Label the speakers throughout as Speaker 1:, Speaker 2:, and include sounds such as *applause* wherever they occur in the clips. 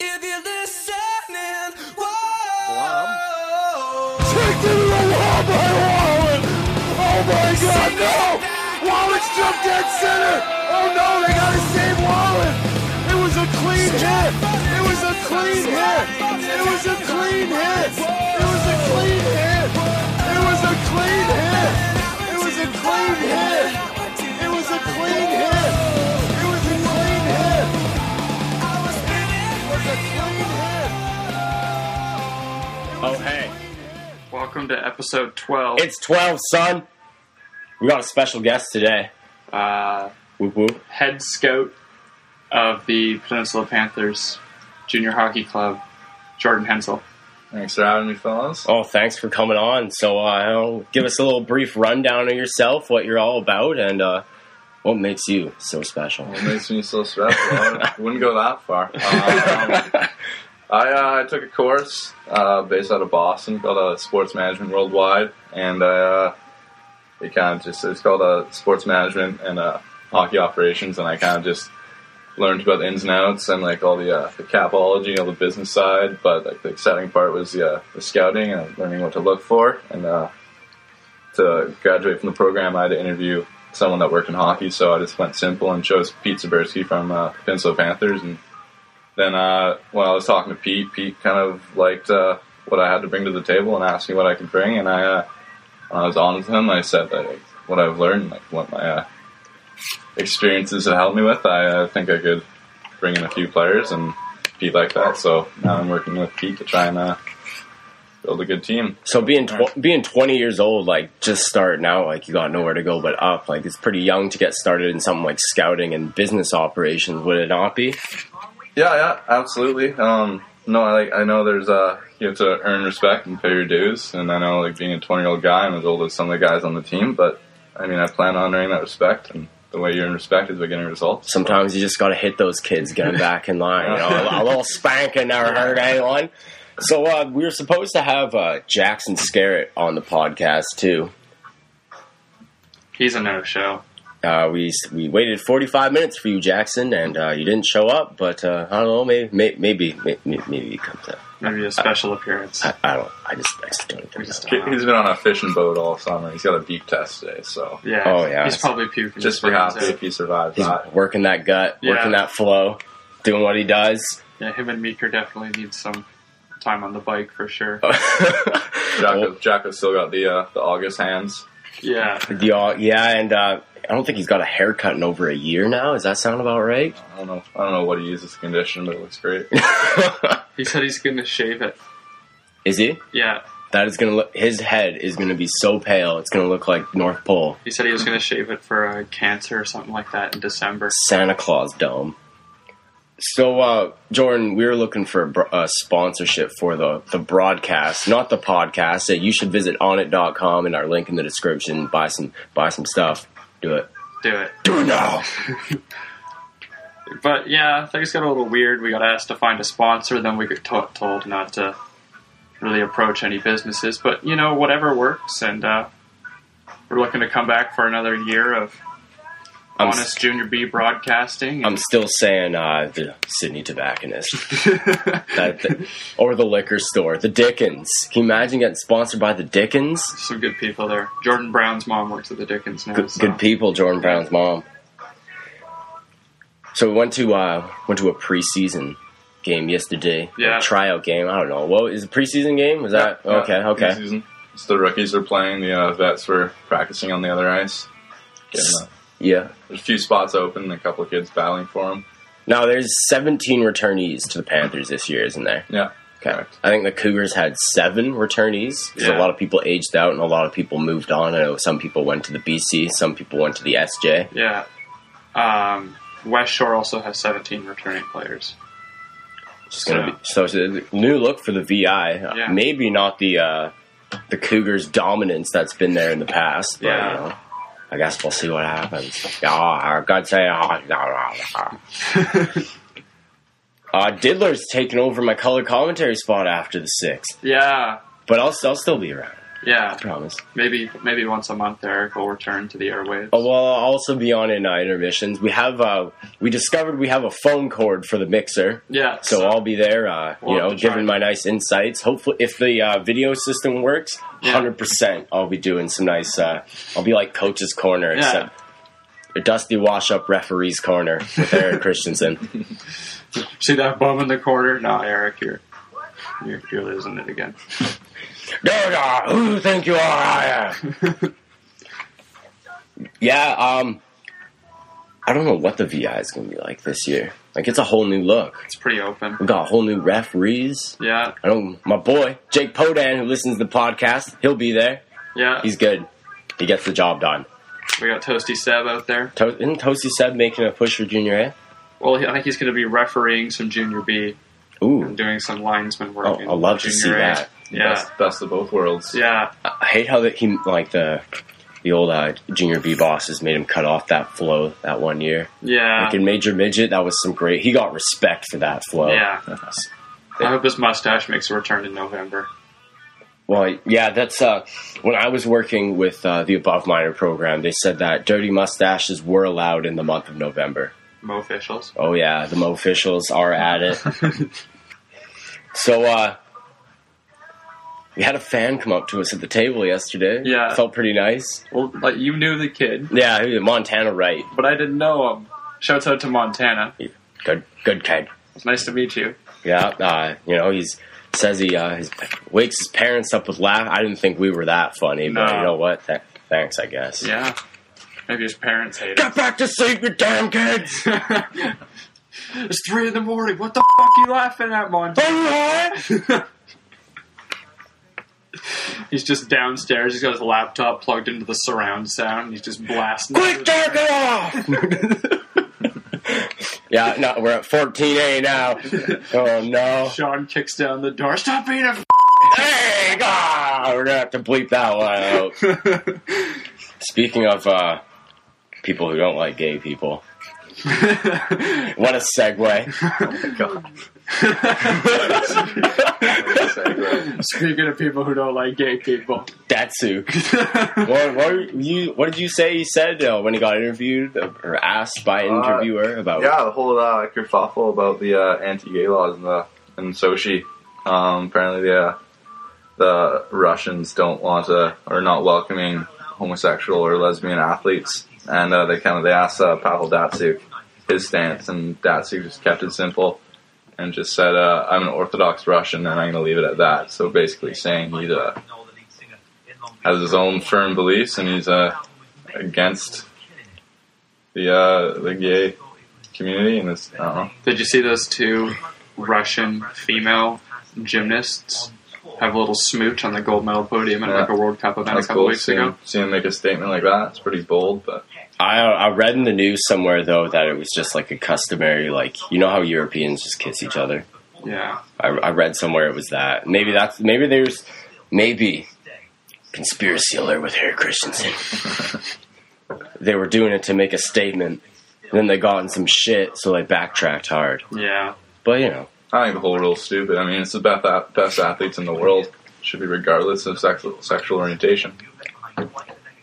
Speaker 1: If you're listening, whoa.
Speaker 2: Take it all my wallet! Oh my god, no! Wallet's jumped dead center! Oh no, they gotta save Wallet! It was a clean hit! It was a clean hit! It was a clean hit! It was a clean hit! It was a clean hit! It was a clean hit! It was a clean hit! It was a clean hit! It was a clean hit!
Speaker 3: Oh, hey.
Speaker 4: Welcome to episode 12.
Speaker 3: It's 12, son. We got a special guest today.
Speaker 4: uh,
Speaker 3: Whoop whoop.
Speaker 4: head scout of the Peninsula Panthers Junior Hockey Club, Jordan Hensel.
Speaker 5: Thanks for having me, fellas.
Speaker 3: Oh, thanks for coming on. So, uh, I don't- give us a little brief rundown of yourself, what you're all about, and uh, what makes you so special.
Speaker 5: What makes me so special? I wouldn't go that far. Um, I, uh, I took a course uh, based out of Boston called uh, Sports Management Worldwide, and I, uh, it kind of just it's called uh, Sports Management and uh, Hockey Operations, and I kind of just learned about the ins and outs and like all the uh, the capology, all the business side. But like the exciting part was the, uh, the scouting and learning what to look for. And uh, to graduate from the program, I had to interview someone that worked in hockey, so I just went simple and chose Pete Sabersky from uh, Peninsula Panthers. And then uh, when I was talking to Pete, Pete kind of liked uh, what I had to bring to the table and asked me what I could bring. And I, uh, when I was honest with him, I said that, like, what I've learned, like what my uh, experiences have helped me with. I uh, think I could bring in a few players, and Pete liked that. So now I'm working with Pete to try and uh, build a good team.
Speaker 3: So, being tw- being 20 years old, like just starting out, like you got nowhere to go but up. Like, it's pretty young to get started in something like scouting and business operations, would it not be?
Speaker 5: Yeah, yeah, absolutely. Um, no, I like I know there's uh you have to earn respect and pay your dues, and I know like being a 20 year old guy, I'm as old as some of the guys on the team, but I mean I plan on earning that respect, and the way you earn respect is by getting results.
Speaker 3: Sometimes you just got to hit those kids, get them back in line. You know, a, a little spanking never hurt anyone. eh, So uh, we were supposed to have uh, Jackson Scarrett on the podcast too.
Speaker 4: He's a no show.
Speaker 3: Uh, we we waited 45 minutes for you, Jackson, and uh, you didn't show up. But uh, I don't know, maybe may- maybe may- may- maybe he comes up.
Speaker 4: Maybe a
Speaker 3: *laughs*
Speaker 4: special appearance.
Speaker 3: I, I don't. I just I just don't think
Speaker 4: We just
Speaker 3: so.
Speaker 4: uh,
Speaker 5: He-
Speaker 4: don't know.
Speaker 5: He's been on a fishing boat all summer. He's got a beep test today, so
Speaker 4: yeah.
Speaker 3: Oh, yeah.
Speaker 4: He's probably puking.
Speaker 5: just be happy if he survives
Speaker 3: He's
Speaker 5: that.
Speaker 3: working that gut, working
Speaker 4: Yeah.
Speaker 3: that flow, doing what he does.
Speaker 4: Yeah, him and Meeker definitely need some time on the bike for sure.
Speaker 5: Oh, Jacko, Jacko's still got the uh, the August hands.
Speaker 4: Yeah.
Speaker 3: The, uh, yeah, and uh, I don't think he's got a haircut in over a year now. Does that sound about right?
Speaker 5: I don't know. I don't know what he uses to condition, but it looks great.
Speaker 4: He said he's going to shave it.
Speaker 3: Is he?
Speaker 4: Yeah.
Speaker 3: That is gonna look. His head is gonna be so pale. It's gonna look like North Pole
Speaker 4: He said he was going to shave it for uh, cancer or something like that in December.
Speaker 3: Santa Claus dome. So, uh, Jordan, we were looking for a, bro- a sponsorship for the the broadcast, not the podcast. So you should visit onit.com and our link in the description. Buy some buy some stuff. Do it.
Speaker 4: Do it.
Speaker 3: Do it now.
Speaker 4: But yeah, things got a little weird. We got asked to find a sponsor, then we got to- told not to really approach any businesses. But you know, whatever works, and uh, we're looking to come back for another year of
Speaker 3: I'm, s-
Speaker 4: honest junior B broadcasting.
Speaker 3: I'm
Speaker 4: And
Speaker 3: still saying uh, the Sydney tobacconist that, that- or the liquor store, the Dickens. Can you imagine getting sponsored by the Dickens?
Speaker 4: some good people there. Jordan Brown's mom works at the Dickens now.
Speaker 3: good,
Speaker 4: so-
Speaker 3: good people. Jordan Brown's mom. So we went to uh, went to a preseason game yesterday.
Speaker 4: Yeah.
Speaker 3: A tryout game. I don't know. What is a preseason game? Is *laughs* that
Speaker 5: Yeah,
Speaker 3: okay?
Speaker 5: yeah,
Speaker 3: Okay.
Speaker 5: preseason. It's the rookies are playing. The uh, vets were practicing on the other ice. Getting, uh,
Speaker 3: Yeah.
Speaker 5: there's a few spots open. and A couple of kids battling for them.
Speaker 3: Now there's 17 returnees to the Panthers this year, isn't there?
Speaker 5: Yeah.
Speaker 3: Okay.
Speaker 5: Correct.
Speaker 3: I think the Cougars had seven returnees because a
Speaker 4: Yeah.
Speaker 3: lot of people aged out and a lot of people moved on. I know some people went to the BC, some people went to the SJ.
Speaker 4: Yeah. Um, West Shore also has 17 returning players.
Speaker 3: It's gonna be so it's a new look for the VI. Uh,
Speaker 4: Yeah.
Speaker 3: Maybe not the uh, the Cougars' dominance that's been there in the past. But,
Speaker 4: Yeah.
Speaker 3: You know, I guess we'll see what happens. Yeah, I gotta say, ah, ah, ah, ah. uh, Diddler's taking over my color commentary spot after the sixth,
Speaker 4: Yeah.
Speaker 3: but I'll I'll still be around.
Speaker 4: Yeah,
Speaker 3: promise.
Speaker 4: maybe maybe once a month Eric will return to the airwaves.
Speaker 3: Oh, well, I'll also be on in uh, intermissions. We have uh, we discovered we have a phone cord for the mixer,
Speaker 4: yeah.
Speaker 3: so I'll be there. Uh,
Speaker 4: We'll
Speaker 3: you
Speaker 4: have
Speaker 3: know,
Speaker 4: to try
Speaker 3: giving
Speaker 4: it.
Speaker 3: my nice insights. Hopefully, if the uh, video system works,
Speaker 4: Yeah.
Speaker 3: hundred percent, I'll be doing some nice. Uh, I'll be like Coach's Corner,
Speaker 4: Yeah.
Speaker 3: except a Dusty Wash Up Referee's Corner with
Speaker 4: *laughs*
Speaker 3: Eric Christensen.
Speaker 4: see that bum in the corner? No, Eric, you're you're, you're losing it again.
Speaker 3: Durga, who do you think you are? I
Speaker 4: *laughs*
Speaker 3: am. yeah, um, I don't know what the VI is going to be like this year. Like, it's a whole new look.
Speaker 4: It's pretty open.
Speaker 3: We got whole new referees.
Speaker 4: Yeah,
Speaker 3: I don't. My boy Jake Podan, who listens to the podcast, he'll be there.
Speaker 4: yeah.
Speaker 3: He's good. He gets the job done.
Speaker 4: we got Toasty Seb out there.
Speaker 3: To- isn't Toasty Seb making a push for Junior A?
Speaker 4: Well, he- I think he's going to be refereeing some Junior B
Speaker 3: Ooh,
Speaker 4: and doing some linesman work.
Speaker 3: oh,
Speaker 4: in
Speaker 3: I love to
Speaker 4: Junior
Speaker 3: see
Speaker 4: A.
Speaker 3: that.
Speaker 4: Yeah,
Speaker 5: Best, best of both worlds.
Speaker 4: yeah.
Speaker 3: I hate how that he like the the old uh, Junior B bosses made him cut off that flow that one year.
Speaker 4: Yeah.
Speaker 3: Like in Major Midget, that was some great. He got respect for that flow.
Speaker 4: yeah. I hope his mustache makes a return in November.
Speaker 3: *laughs* Well, yeah, that's uh, when I was working with uh, the Above Minor program. They said that dirty mustaches were allowed in the month of November.
Speaker 4: Mo officials.
Speaker 3: Oh yeah, the Mo officials are at it.
Speaker 4: *laughs*
Speaker 3: so uh we had a fan come up to us at the table yesterday.
Speaker 4: Yeah.
Speaker 3: Felt pretty nice.
Speaker 4: Well, like you knew the kid,
Speaker 3: Yeah, he was Montana right.
Speaker 4: but I didn't know him. Shouts out to Montana.
Speaker 3: Good good kid.
Speaker 4: It's nice to meet you.
Speaker 3: Yeah, uh, you know, he's says he uh his, wakes his parents up with laugh. I didn't think we were that funny, but
Speaker 4: No.
Speaker 3: you know what? Th- thanks, I guess.
Speaker 4: Yeah. Maybe his parents hate him.
Speaker 3: Get back to sleep, you damn kids!
Speaker 4: it's three in the morning. What the fuck you laughing at, Montana? *laughs* He's just downstairs. He's got his laptop plugged into the surround sound. And he's just blasting.
Speaker 3: Quick, turn it off!
Speaker 4: *laughs*
Speaker 3: *laughs* yeah, no, we're at 14A now. Oh, no.
Speaker 4: Sean kicks down the door. Stop being a.
Speaker 3: Hey, God! We're gonna have to bleep that one out. *laughs* Speaking of uh, people who don't like gay *laughs* people,
Speaker 4: F-.
Speaker 3: what a segue.
Speaker 5: God. *laughs*
Speaker 4: Speaking of people who don't like gay people.
Speaker 3: *laughs* Datsu. What, what, were you, what did you say you said uh, when he got interviewed or asked by an
Speaker 5: Uh,
Speaker 3: interviewer about
Speaker 5: Yeah, the whole uh, kerfuffle about the uh, anti-gay laws in the in Sochi. Um, apparently, the uh, the Russians don't want to are not welcoming homosexual or lesbian athletes, and uh, they kind of they asked uh, Pavel Datsuk his stance, and Datsuk just kept it simple and just said, uh, "I'm an Orthodox Russian, and I'm going to leave it at that." So basically, saying he uh, has his own firm beliefs and he's uh, against the uh, the gay community and this. I don't know.
Speaker 4: Did you see those two Russian female gymnasts have a little smooch on the gold medal podium at like a
Speaker 5: Yeah.
Speaker 4: World Cup event a
Speaker 5: That's
Speaker 4: couple
Speaker 5: cool.
Speaker 4: weeks
Speaker 5: seeing,
Speaker 4: ago?
Speaker 5: seeing him make a statement like that, it's pretty bold, but
Speaker 3: I, I read in the news somewhere, though, that it was just like a customary, like, you know how Europeans just kiss each other?
Speaker 4: Yeah.
Speaker 3: I, I read somewhere it was that. Maybe that's maybe there's maybe conspiracy alert with Harry Christensen. they were doing it to make a statement. Then they got in some shit, so they backtracked hard.
Speaker 4: Yeah.
Speaker 3: But you know,
Speaker 5: I think the whole rule's stupid. I mean, it's the best, ath- best athletes in the world. Should be regardless of sexual sexual orientation.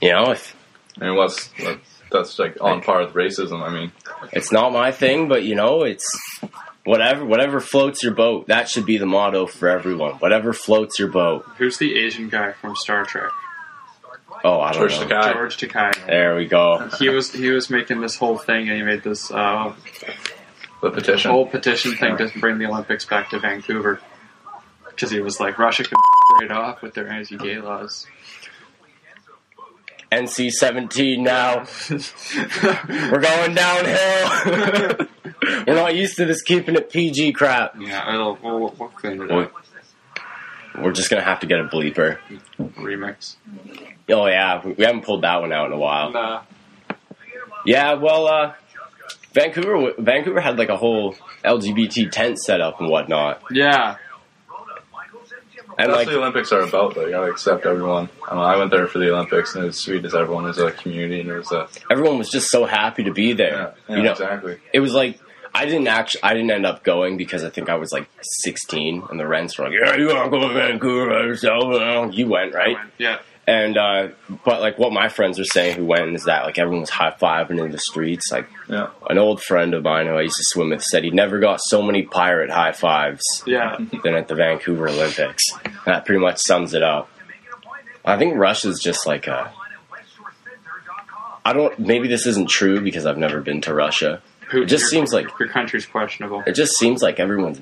Speaker 3: you know, if
Speaker 5: I mean, what's what- that's like on par with racism. I mean,
Speaker 3: it's not my thing, but you know, it's whatever whatever floats your boat. That should be the motto for everyone. Whatever floats your boat.
Speaker 4: Who's the Asian guy from Star Trek?
Speaker 3: Oh, I don't
Speaker 5: George
Speaker 3: know.
Speaker 5: Takei.
Speaker 4: George Takei.
Speaker 3: There we go.
Speaker 4: He was he was making this whole thing, and he made this uh,
Speaker 5: the petition.
Speaker 4: whole petition thing to bring the Olympics back to Vancouver because he was like Russia can *laughs* right off with their anti-gay laws.
Speaker 3: NC seventeen now.
Speaker 4: *laughs*
Speaker 3: We're going downhill. *laughs* We're not used to this keeping it PG crap.
Speaker 4: yeah, it'll, we'll, we'll clean it
Speaker 3: We're
Speaker 4: up.
Speaker 3: we're just gonna have to get a bleeper.
Speaker 4: Remix.
Speaker 3: Oh yeah, we we haven't pulled that one out in a while.
Speaker 4: Nah.
Speaker 3: Yeah, well, uh, Vancouver, w- Vancouver had like a whole LGBT tent set up and whatnot,
Speaker 4: yeah,
Speaker 3: and
Speaker 5: That's
Speaker 3: like
Speaker 5: what the Olympics are about, though. You gotta accept everyone. I, mean, I went there for the Olympics, and it was sweet as everyone was a community, and it was a
Speaker 3: everyone was just so happy to be there.
Speaker 5: yeah, yeah,
Speaker 3: you know,
Speaker 5: exactly.
Speaker 3: it was like I didn't actually. I didn't end up going because I think I was like 16, and the rents were like, "Yeah, you want to go to Vancouver by yourself?" You went
Speaker 4: I
Speaker 3: right,
Speaker 4: went, yeah.
Speaker 3: and uh, but like what my friends were saying who went is that like everyone was high fiving in the streets. Like
Speaker 5: Yeah.
Speaker 3: an old friend of mine who I used to swim with said he never got so many pirate high fives
Speaker 4: Yeah.
Speaker 3: than at the Vancouver Olympics. That pretty much sums it up. I think Russia's just like a. I don't. Maybe this isn't true because I've never been to Russia.
Speaker 4: Who,
Speaker 3: It just
Speaker 4: your-
Speaker 3: seems like-
Speaker 4: your country's questionable.
Speaker 3: It just seems like everyone's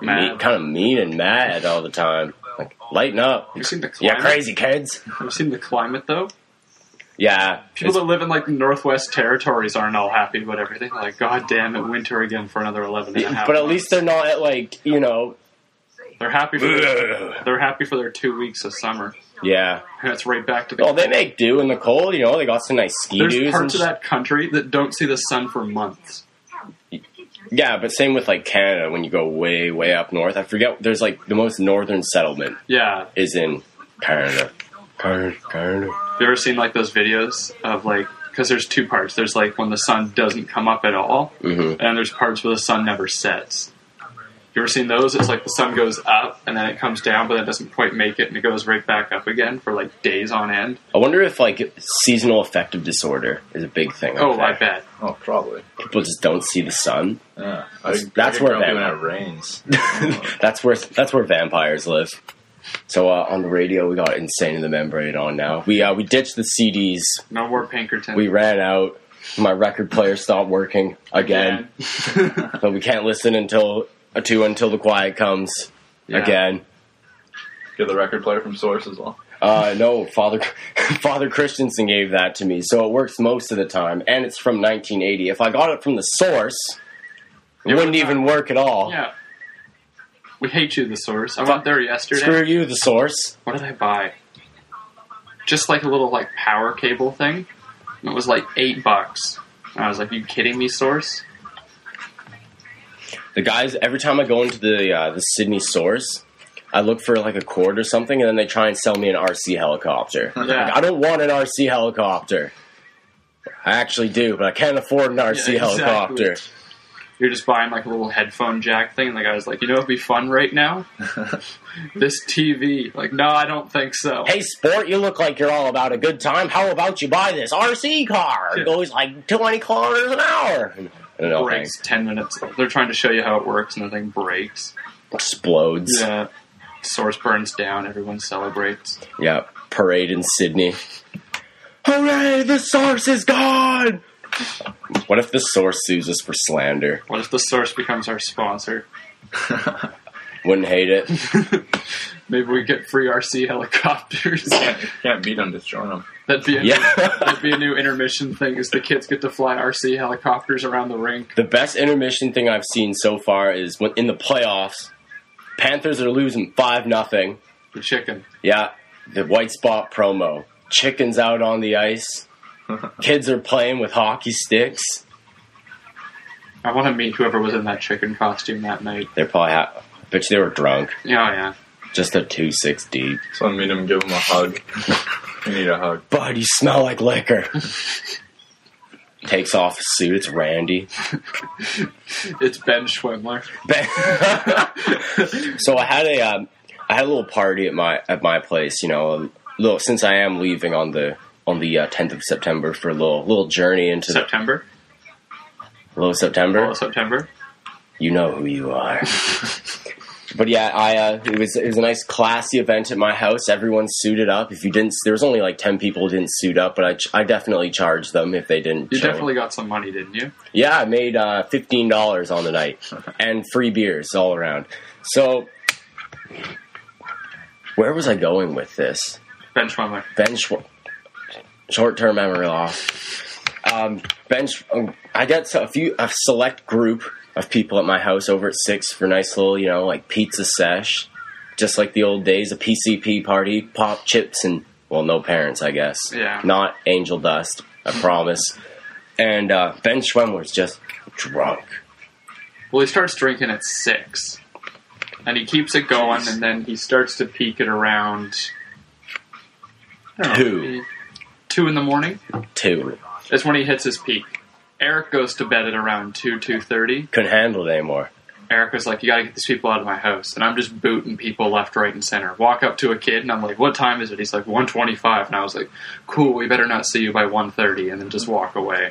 Speaker 4: Mad.
Speaker 3: kind of mean and mad all the time. Like, lighten up.
Speaker 4: Have you seen the
Speaker 3: Yeah,
Speaker 4: climate?
Speaker 3: crazy kids.
Speaker 4: Have you seen the climate though?
Speaker 3: Yeah.
Speaker 4: People that live in like the Northwest Territories aren't all happy about everything. Like, god damn it, winter again for another eleven and a half.
Speaker 3: But at
Speaker 4: months."
Speaker 3: least they're not at like you know.
Speaker 4: they're happy. For
Speaker 3: Ugh.
Speaker 4: they're happy for their two weeks of summer.
Speaker 3: Yeah.
Speaker 4: And it's right back to the.
Speaker 3: Oh, they make do in the cold. You know, they got some nice ski
Speaker 4: There's
Speaker 3: doos. and
Speaker 4: parts of
Speaker 3: sh-
Speaker 4: that country that don't see the sun for months.
Speaker 3: Yeah, but same with like Canada when you go way, way up north. I forget. There's like the most northern settlement
Speaker 4: Yeah,
Speaker 3: is in Canada. Canada, Canada.
Speaker 4: Have you ever seen like those videos of like because there's two parts. There's like when the sun doesn't come up at all,
Speaker 3: Mhm.
Speaker 4: and there's parts where the sun never sets. You ever seen those? It's like the sun goes up and then it comes down, but then it doesn't quite make it, and it goes right back up again for like days on end.
Speaker 3: I wonder if like seasonal affective disorder is a big thing. up
Speaker 4: Oh, I
Speaker 3: there.
Speaker 4: bet.
Speaker 5: Oh, probably.
Speaker 3: people just don't see the sun.
Speaker 5: Yeah.
Speaker 3: That's-
Speaker 5: I,
Speaker 3: that's
Speaker 5: I get
Speaker 3: where
Speaker 5: grumpy
Speaker 3: they-
Speaker 5: when it rains.
Speaker 3: that's where that's where vampires live. So uh, on the radio, we got "Insane in the Membrane" on now. We uh, we ditched the CDs.
Speaker 4: No more Pinkerton.
Speaker 3: We ran out. My record player stopped working again, but we can't listen until uh, to until the quiet comes
Speaker 4: Yeah.
Speaker 3: again.
Speaker 5: Get the record player from Source as well. *coughs*
Speaker 3: Uh, no, Father *laughs* Father Christensen gave that to me, so it works most of the time, and it's from 1980. If I got it from the source, it wouldn't even work at all.
Speaker 4: Yeah. We hate you, the source. I went there yesterday.
Speaker 3: Screw you, the source.
Speaker 4: What did I buy? Just like a little like power cable thing. And it was like eight bucks. And I was like, you kidding me, source?
Speaker 3: The guys, every time I go into the uh, the Sydney source, I look for like a cord or something, and then they try and sell me an RC
Speaker 4: *laughs*
Speaker 3: helicopter. Like, I don't want an RC helicopter. I actually do, but I can't afford an RC
Speaker 4: Yeah, exactly.
Speaker 3: helicopter.
Speaker 4: You're just buying like a little headphone jack thing. And the guy was like, you know what'd be fun
Speaker 3: *laughs*
Speaker 4: right now? this TV. Like, no, I don't think so.
Speaker 3: Hey, sport, you look like you're all about a good time. How about you buy this RC car? It
Speaker 4: Yeah.
Speaker 3: goes like 20 kilometers an hour. And it all
Speaker 4: breaks ten minutes. They're trying to show you how it works, and the
Speaker 3: *laughs*
Speaker 4: thing breaks.
Speaker 3: explodes. Yeah.
Speaker 4: Yeah. Source burns down. Everyone celebrates.
Speaker 3: parade in Sydney. Hooray, the source is gone! What if the source sues us for slander?
Speaker 4: What if the source becomes our sponsor?
Speaker 3: Wouldn't hate it.
Speaker 4: Maybe we get free
Speaker 3: *laughs*
Speaker 4: RC helicopters. *laughs*
Speaker 5: Can't, can't beat them, just join them.
Speaker 4: That'd be a
Speaker 3: Yeah.
Speaker 4: new, that'd be a new intermission thing is the kids get to fly RC helicopters around the rink.
Speaker 3: The best intermission thing I've seen so far is when in the playoffs, Panthers are losing five nothing.
Speaker 4: The chicken.
Speaker 3: Yeah, the white spot promo. Chickens out on the ice. Kids are playing with hockey sticks.
Speaker 4: I want to meet whoever was in that chicken costume that night.
Speaker 3: They're probably ha- bitch. They were drunk.
Speaker 4: Yeah, oh, yeah.
Speaker 3: Just a two six deep.
Speaker 5: So I meet him, give him a hug. you need a hug.
Speaker 3: Bud, you smell like liquor. Takes off his suit. It's Randy.
Speaker 4: It's Ben Schwindler.
Speaker 3: *laughs* Ben- so I had a um, I had a little party at my at my place. You know, a little since I am leaving on the on the uh, 10th of September for a little little journey into the
Speaker 4: September.
Speaker 3: little September.
Speaker 4: Hello, September.
Speaker 3: You know who you
Speaker 4: *laughs*
Speaker 3: are. But yeah, I uh, it was it was a nice classy event at my house. Everyone suited up. If you didn't, there was only like ten people who didn't suit up, but I, ch- I definitely charged them if they didn't.
Speaker 4: You
Speaker 3: show up.
Speaker 4: definitely got some money, didn't you?
Speaker 3: Yeah, I made uh, fifteen dollars on the night and free beers all around. So, where was I going with this?
Speaker 4: Ben Schwindler.
Speaker 3: Ben Schw- short-term memory loss. Um, ben, Sch- um, I got a few a select group of people at my house over at six for a nice little, you know, like pizza sesh, just like the old days, a PCP party, pop chips, and well, no parents, I guess.
Speaker 4: Yeah.
Speaker 3: Not angel dust, I promise. And uh, Ben Schwemmler's just drunk.
Speaker 4: Well, he starts drinking at six, and he keeps it going, and then he starts to peak at around I don't know,
Speaker 3: Two.
Speaker 4: maybe two in the morning.
Speaker 3: Two.
Speaker 4: It's when he hits his peak. Eric goes to bed at around two two thirty.
Speaker 3: Couldn't handle it anymore.
Speaker 4: Eric was like, "You got to get these people out of my house," and I'm just booting people left, right, and center. Walk up to a kid, and I'm like, "What time is it?" He's like, "125," and I was like, "Cool, we better not see you by 1:30," and then just walk away.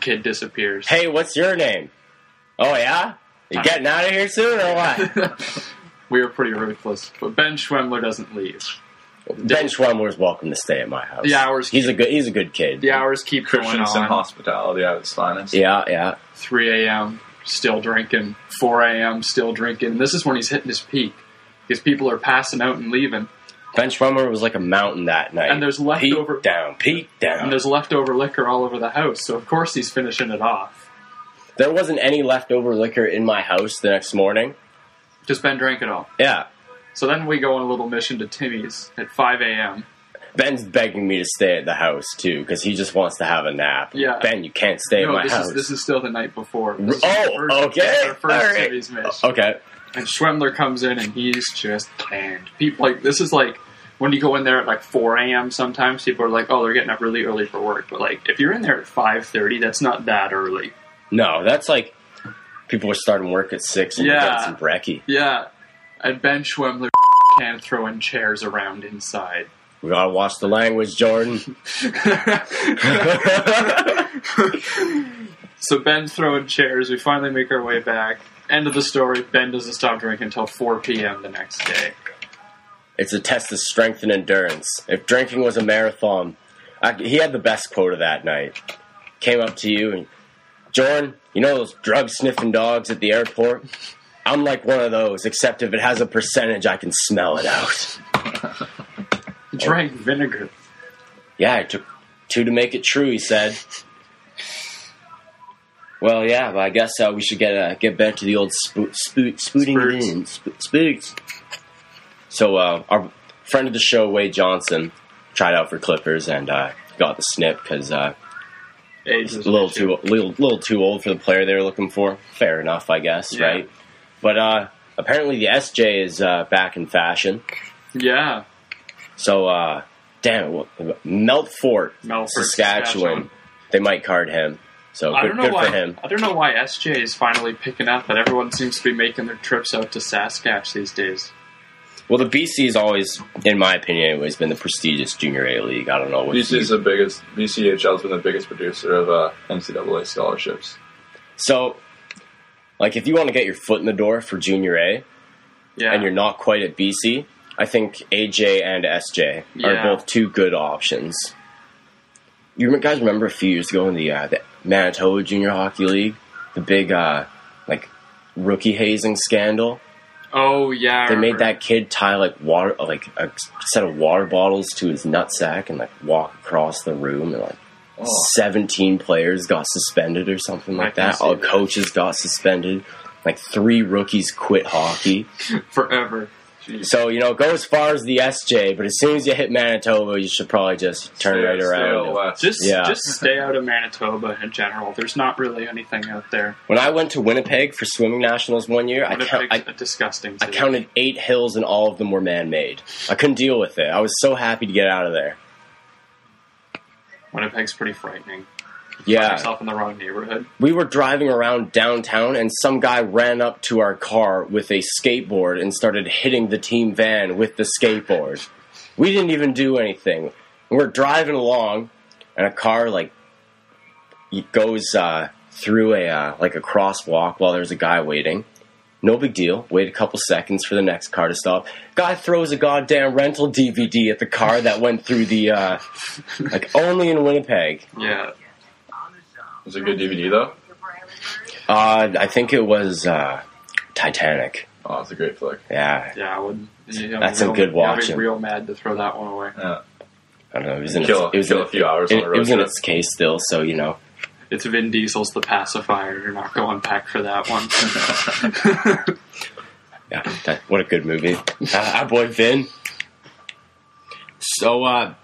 Speaker 4: kid disappears.
Speaker 3: Hey, what's your name? Oh yeah, you getting out of here soon or what?
Speaker 4: we were pretty ruthless, but Ben Schwemmler doesn't leave.
Speaker 3: ben Schwemmler's welcome to stay at my house.
Speaker 4: The hours
Speaker 3: He's a good. He's a good kid.
Speaker 4: The hours keep going
Speaker 5: Christensen
Speaker 4: on.
Speaker 5: hospitality at its finest.
Speaker 3: yeah, yeah.
Speaker 4: 3 a.m., still drinking, 4 a.m., still drinking. This is when he's hitting his peak because people are passing out and leaving.
Speaker 3: Ben Schwemmer was like a mountain that night.
Speaker 4: And there's leftover-
Speaker 3: Peak down, peak
Speaker 4: And
Speaker 3: down.
Speaker 4: there's leftover liquor all over the house, so of course he's finishing it off.
Speaker 3: There wasn't any leftover liquor in my house the next morning.
Speaker 4: Just been drinking all.
Speaker 3: Yeah.
Speaker 4: So then we go on a little mission to Timmy's at 5 a.m.
Speaker 3: Ben's begging me to stay at the house too because he just wants to have a nap.
Speaker 4: Yeah.
Speaker 3: Ben, you can't stay at
Speaker 4: No,
Speaker 3: my
Speaker 4: this
Speaker 3: house.
Speaker 4: is, this is still the night before. This is
Speaker 3: Oh,
Speaker 4: our first-
Speaker 3: okay.
Speaker 4: this is Our first
Speaker 3: All right. Oh,
Speaker 4: Timmy's mission.
Speaker 3: okay.
Speaker 4: And Schwemmler comes in and he's just canned. People like this is like when you go in there at like 4 a.m. Sometimes people are like, "Oh, they're getting up really early for work." But like if you're in there at 5:30, that's not that early.
Speaker 3: No, that's like people were starting work at six and
Speaker 4: Yeah.
Speaker 3: getting some brekkie.
Speaker 4: Yeah. And Ben *laughs* Schwemmler can throwing chairs around inside.
Speaker 3: We gotta watch the language, Jordan.
Speaker 4: So Ben's throwing chairs. We finally make our way back. End of the story. Ben doesn't stop drinking until 4 p.m. the next day.
Speaker 3: It's a test of strength and endurance. If drinking was a marathon, I, he had the best quote of that night. Came up to you and, Jordan, you know those drug sniffing dogs at the airport? I'm like one of those, except if it has a percentage, I can smell it out.
Speaker 4: He drank vinegar.
Speaker 3: Yeah, it took two to make it true, he said. Well, yeah, but I guess uh, we should get uh, get back to the old spo- spo- spooting it
Speaker 4: Spooks.
Speaker 3: in. Sp- spooks. So, uh, our friend of the show, Wade Johnson, tried out for Clippers and uh, got the snip because uh,
Speaker 4: Age is
Speaker 3: a little too little, little too old for the player they were looking for. Fair enough, I guess,
Speaker 4: Yeah.
Speaker 3: right? But uh, apparently, the SJ is uh, back in fashion.
Speaker 4: Yeah.
Speaker 3: So, uh, damn, well, Melfort,
Speaker 4: Melfort,
Speaker 3: Saskatchewan.
Speaker 4: Saskatchewan.
Speaker 3: They might card him. So
Speaker 4: I
Speaker 3: good,
Speaker 4: don't know
Speaker 3: good
Speaker 4: why.
Speaker 3: for him.
Speaker 4: I don't know why SJ is finally picking up, but everyone seems to be making their trips out to Saskatch these days.
Speaker 3: Well, the BC's always, in my opinion, anyways, been the prestigious junior A league. I don't know what
Speaker 5: BC
Speaker 3: you-
Speaker 5: is the biggest. BCHL's been the biggest producer of uh, NCAA scholarships.
Speaker 3: So, like, if you want to get your foot in the door for junior A
Speaker 4: Yeah,
Speaker 3: and you're not quite at BC, I think AJ and SJ
Speaker 4: Yeah.
Speaker 3: are both two good options. You guys remember a few years ago in the, uh, the Manitoba Junior Hockey League, the big uh, like rookie hazing scandal.
Speaker 4: oh yeah, I
Speaker 3: They made
Speaker 4: remember.
Speaker 3: that kid tie like water, like a set of water bottles to his nutsack and like walk across the room, and like
Speaker 5: Oh.
Speaker 3: seventeen players got suspended or something like
Speaker 4: I can
Speaker 3: that.
Speaker 4: see
Speaker 3: All
Speaker 4: that.
Speaker 3: coaches got suspended. Like three rookies quit hockey.
Speaker 4: forever.
Speaker 3: So you know, go as far as the SJ, but as soon as you hit Manitoba, you should probably just turn
Speaker 5: Stay-
Speaker 3: right
Speaker 5: stay out
Speaker 3: around.
Speaker 5: west.
Speaker 4: Just
Speaker 3: Yeah.
Speaker 4: just stay out of Manitoba in general. There's not really anything out there.
Speaker 3: When I went to Winnipeg for swimming nationals one year, I, count,
Speaker 4: Winnipeg's
Speaker 3: I
Speaker 4: a disgusting.
Speaker 3: I
Speaker 4: city.
Speaker 3: counted eight hills, and all of them were man-made. I couldn't deal with it. I was so happy to get out of there.
Speaker 4: Winnipeg's pretty frightening. Find
Speaker 3: Yeah,
Speaker 4: yourself in the wrong neighborhood.
Speaker 3: we were driving around downtown and some guy ran up to our car with a skateboard and started hitting the team van with the skateboard. We didn't even do anything. We're driving along and a car like it goes uh, through a uh, like a crosswalk while there's a guy waiting. No big deal. Wait a couple seconds for the next car to stop. Guy throws a goddamn rental DVD at the car that went through the uh, like only in Winnipeg.
Speaker 4: Yeah,
Speaker 5: It's a good DVD though.
Speaker 3: Uh, I think it was uh, Titanic.
Speaker 5: Oh, it's a great flick.
Speaker 3: Yeah,
Speaker 4: yeah. I would. You know,
Speaker 3: That's some
Speaker 4: real-
Speaker 3: good
Speaker 4: I'd be
Speaker 3: watching.
Speaker 4: Real mad to throw that one away.
Speaker 5: Yeah.
Speaker 3: I don't know. It was in
Speaker 5: Kill-
Speaker 3: its, it was
Speaker 5: kill
Speaker 3: in
Speaker 5: a few hours
Speaker 3: It,
Speaker 5: on a road
Speaker 3: it was in
Speaker 5: trip.
Speaker 3: its case still, so you know.
Speaker 4: It's Vin Diesel's The Pacifier. You're not going back for
Speaker 3: *laughs*
Speaker 4: that one.
Speaker 3: Yeah, that, what a good movie. Uh, our boy Vin. So, uh,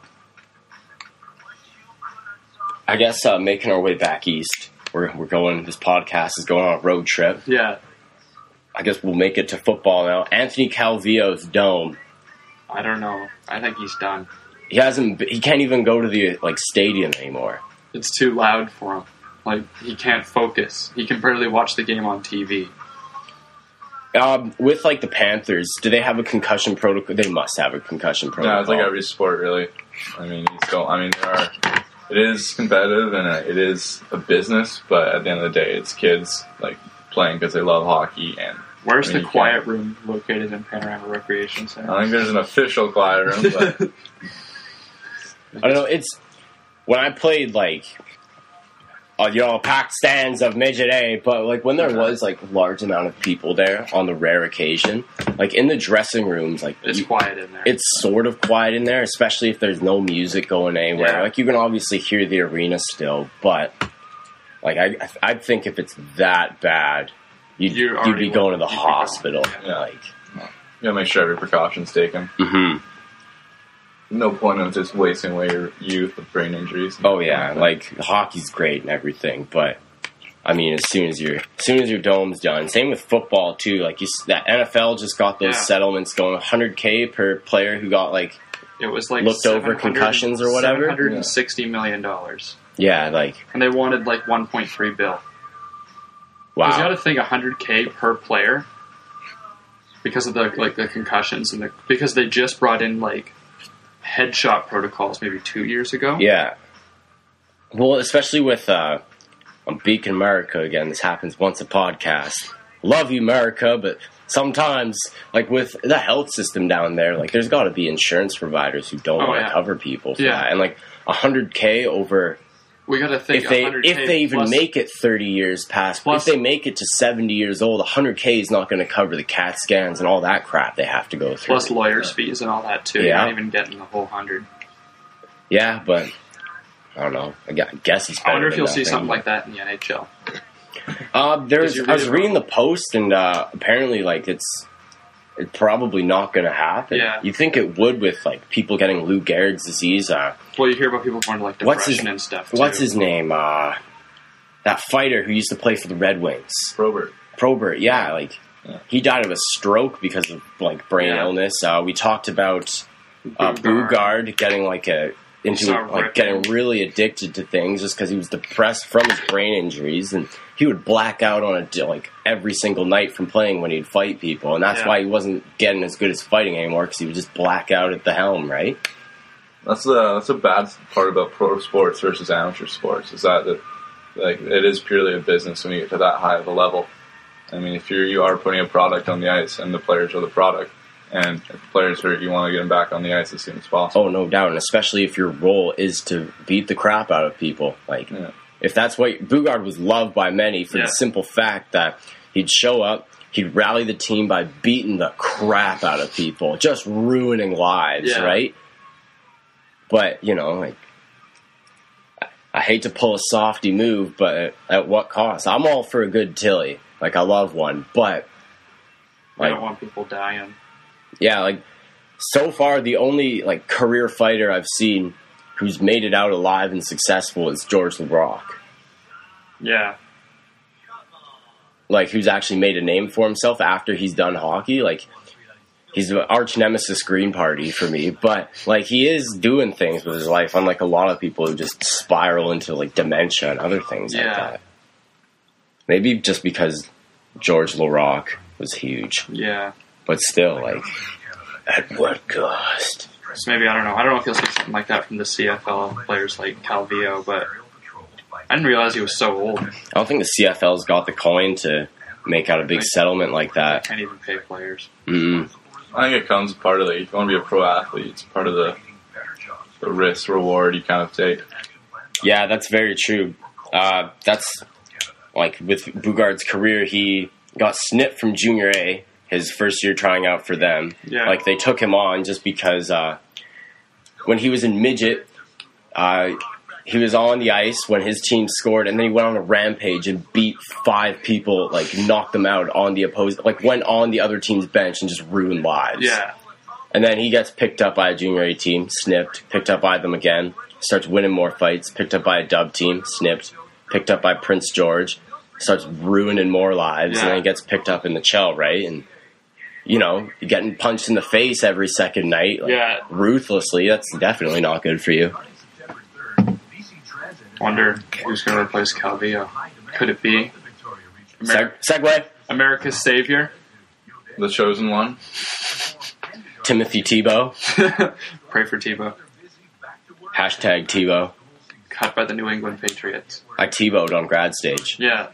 Speaker 3: I guess uh, making our way back east. We're we're going. This podcast is going on a road trip.
Speaker 4: yeah,
Speaker 3: I guess we'll make it to football now. Anthony Calvillo's dome.
Speaker 4: I don't know. I think he's done.
Speaker 3: He hasn't. He can't even go to the like stadium anymore.
Speaker 4: It's too loud for him. Like he can't focus. He can barely watch the game on TV.
Speaker 3: Um, with like the Panthers, do they have a concussion protocol? They must have a concussion protocol.
Speaker 5: Yeah, it's like every sport, really. I mean, you still, I mean, there are. It is competitive and uh, it is a business, but at the end of the day, it's kids like playing because they love hockey. And
Speaker 4: Where's
Speaker 5: I mean,
Speaker 4: the
Speaker 5: you
Speaker 4: quiet
Speaker 5: can't-
Speaker 4: room located in Panorama Recreation Center?
Speaker 5: I don't think there's an official quiet room, but
Speaker 4: *laughs*
Speaker 3: I don't know. It's when I played like, uh, you know, packed stands of midget A, but like when there was like large amount of people there on the rare occasion, like in the dressing rooms, like
Speaker 4: it's
Speaker 3: you-
Speaker 4: quiet in there.
Speaker 3: it's sort of quiet in there, especially if there's no music going anywhere.
Speaker 4: Yeah.
Speaker 3: Like you can obviously hear the arena still, but like I, I think if it's that bad, you'd,
Speaker 4: You
Speaker 3: you would
Speaker 4: already
Speaker 3: be going to the
Speaker 4: would- you'd be going,
Speaker 3: hospital.
Speaker 5: yeah.
Speaker 3: Like,
Speaker 5: you gotta make sure every precaution's taken.
Speaker 3: hmm
Speaker 5: No point in just wasting away your youth with brain injuries.
Speaker 3: oh yeah, like hockey's great and everything, but I mean, as soon as your as soon as your dome's done, same with football too. Like you, s- that NFL just got those
Speaker 4: Yeah.
Speaker 3: settlements going, 100k per player who got like
Speaker 4: it was like
Speaker 3: looked over
Speaker 4: 700
Speaker 3: concussions or whatever?
Speaker 4: 760 million dollars,
Speaker 3: yeah, like
Speaker 4: and they wanted like 1.3 bill. Because you
Speaker 3: wow,
Speaker 4: got to think 100k per player because of the like the concussions and the because they just brought in like headshot protocols maybe two years ago.
Speaker 3: yeah. Well, especially with uh, I'm Beacon America again. This happens once a podcast. Love you, America, but sometimes, like with the health system down there, like there's got to be insurance providers who don't
Speaker 4: Oh,
Speaker 3: want to
Speaker 4: yeah.
Speaker 3: cover people for
Speaker 4: Yeah.
Speaker 3: that, and like 100k over
Speaker 4: we got to think
Speaker 3: if they
Speaker 4: 100K
Speaker 3: if they even
Speaker 4: plus-
Speaker 3: make it 30 years past
Speaker 4: Plus-
Speaker 3: if they make it to 70 years old 100k is not going to cover the cat scans and all that crap they have to go through
Speaker 4: plus lawyers fees and all that too. You're
Speaker 3: Yeah.
Speaker 4: not even getting the whole hundred.
Speaker 3: yeah but i don't know i gu- I guess it's better
Speaker 4: I wonder if
Speaker 3: than
Speaker 4: you'll see
Speaker 3: nothing.
Speaker 4: something like that in the NHL.
Speaker 3: uh, there's
Speaker 4: Did you read
Speaker 3: i was
Speaker 4: it
Speaker 3: reading the post and uh, apparently like it's it's probably not going to happen
Speaker 4: Yeah.
Speaker 3: you think it would with like people getting lou gehrig's disease uh,
Speaker 4: Well, you hear about people going to like depression
Speaker 3: What's his-
Speaker 4: and stuff. Too.
Speaker 3: what's his name uh, that fighter who used to play for the red wings
Speaker 5: Robert.
Speaker 3: Probert, yeah, like
Speaker 5: Yeah.
Speaker 3: he died of a stroke because of like brain
Speaker 4: Yeah.
Speaker 3: illness. Uh, we talked about uh,
Speaker 4: Bugard.
Speaker 3: Bugard getting like a into
Speaker 4: Saw
Speaker 3: like
Speaker 4: Rick.
Speaker 3: getting really addicted to things just because he was depressed from his brain injuries, and he would black out on it like every single night from playing when he'd fight people, and that's
Speaker 4: Yeah.
Speaker 3: why he wasn't getting as good as fighting anymore because he would just black out at the helm, right?
Speaker 5: That's the that's the bad part about pro sports versus amateur sports is that the, like it is purely a business when you get to that high of a level. I mean, if you're you are putting a product on the ice and the players are the product, and if the players hurt, you want to get them back on the ice as soon as possible.
Speaker 3: Oh, no doubt, and especially if your role is to beat the crap out of people, like.
Speaker 5: Yeah.
Speaker 3: If that's why Bugard was loved by many for
Speaker 4: Yeah.
Speaker 3: the simple fact that he'd show up, he'd rally the team by beating the crap out of people, just ruining lives,
Speaker 4: Yeah.
Speaker 3: right? But you know, like I- I hate to pull a softy move, but at what cost? I'm all for a good Tilly, like I love one, but
Speaker 4: I
Speaker 3: like
Speaker 4: don't want people dying.
Speaker 3: yeah, like so far the only like career fighter I've seen who's made it out alive and successful is George LeBrock.
Speaker 4: Yeah,
Speaker 3: like who's actually made a name for himself after he's done hockey. Like he's an arch nemesis Green Party for me, but like he is doing things with his life, unlike a lot of people who just spiral into like dementia and other things like
Speaker 4: Yeah.
Speaker 3: that. Maybe just because George LaRock was huge,
Speaker 4: yeah.
Speaker 3: but still, like at what cost?
Speaker 4: So maybe I don't know. I don't know if you'll see something like that from the CFL players like Calvillo, but I didn't realize he was so old.
Speaker 3: I don't think the CFL's got the coin to make out a big settlement like that.
Speaker 4: Can't even pay players.
Speaker 3: Mm.
Speaker 5: I think it comes part of the if you want to be a pro athlete, it's part of the the risk reward you kind of take.
Speaker 3: Yeah, that's very true. Uh, that's like with Bugard's career, he got snipped from Junior A his first year trying out for them.
Speaker 4: Yeah.
Speaker 3: Like they took him on just because uh, when he was in midget, uh, he was on the ice when his team scored, and then he went on a rampage and beat five people, like knocked them out on the opposed, like went on the other team's bench and just ruined lives.
Speaker 4: Yeah,
Speaker 3: And then he gets picked up by a junior A team, snipped, picked up by them again, starts winning more fights, picked up by a dub team, snipped, picked up by Prince George, starts ruining more lives, and then
Speaker 4: Yeah.
Speaker 3: he gets picked up in the chell, right? And you know, you're getting punched in the face every second night, like,
Speaker 4: Yeah.
Speaker 3: ruthlessly, that's definitely not good for you.
Speaker 4: Wonder who's going to replace Calvillo. Could it be Amer-
Speaker 3: Seg- segue.
Speaker 4: America's savior? *laughs*
Speaker 5: The chosen one.
Speaker 3: Timothy Tebow.
Speaker 4: Pray for Tebow.
Speaker 3: Hashtag Tebow.
Speaker 4: Cut by the New England Patriots.
Speaker 3: I Tebowed on grad stage.
Speaker 4: Yeah.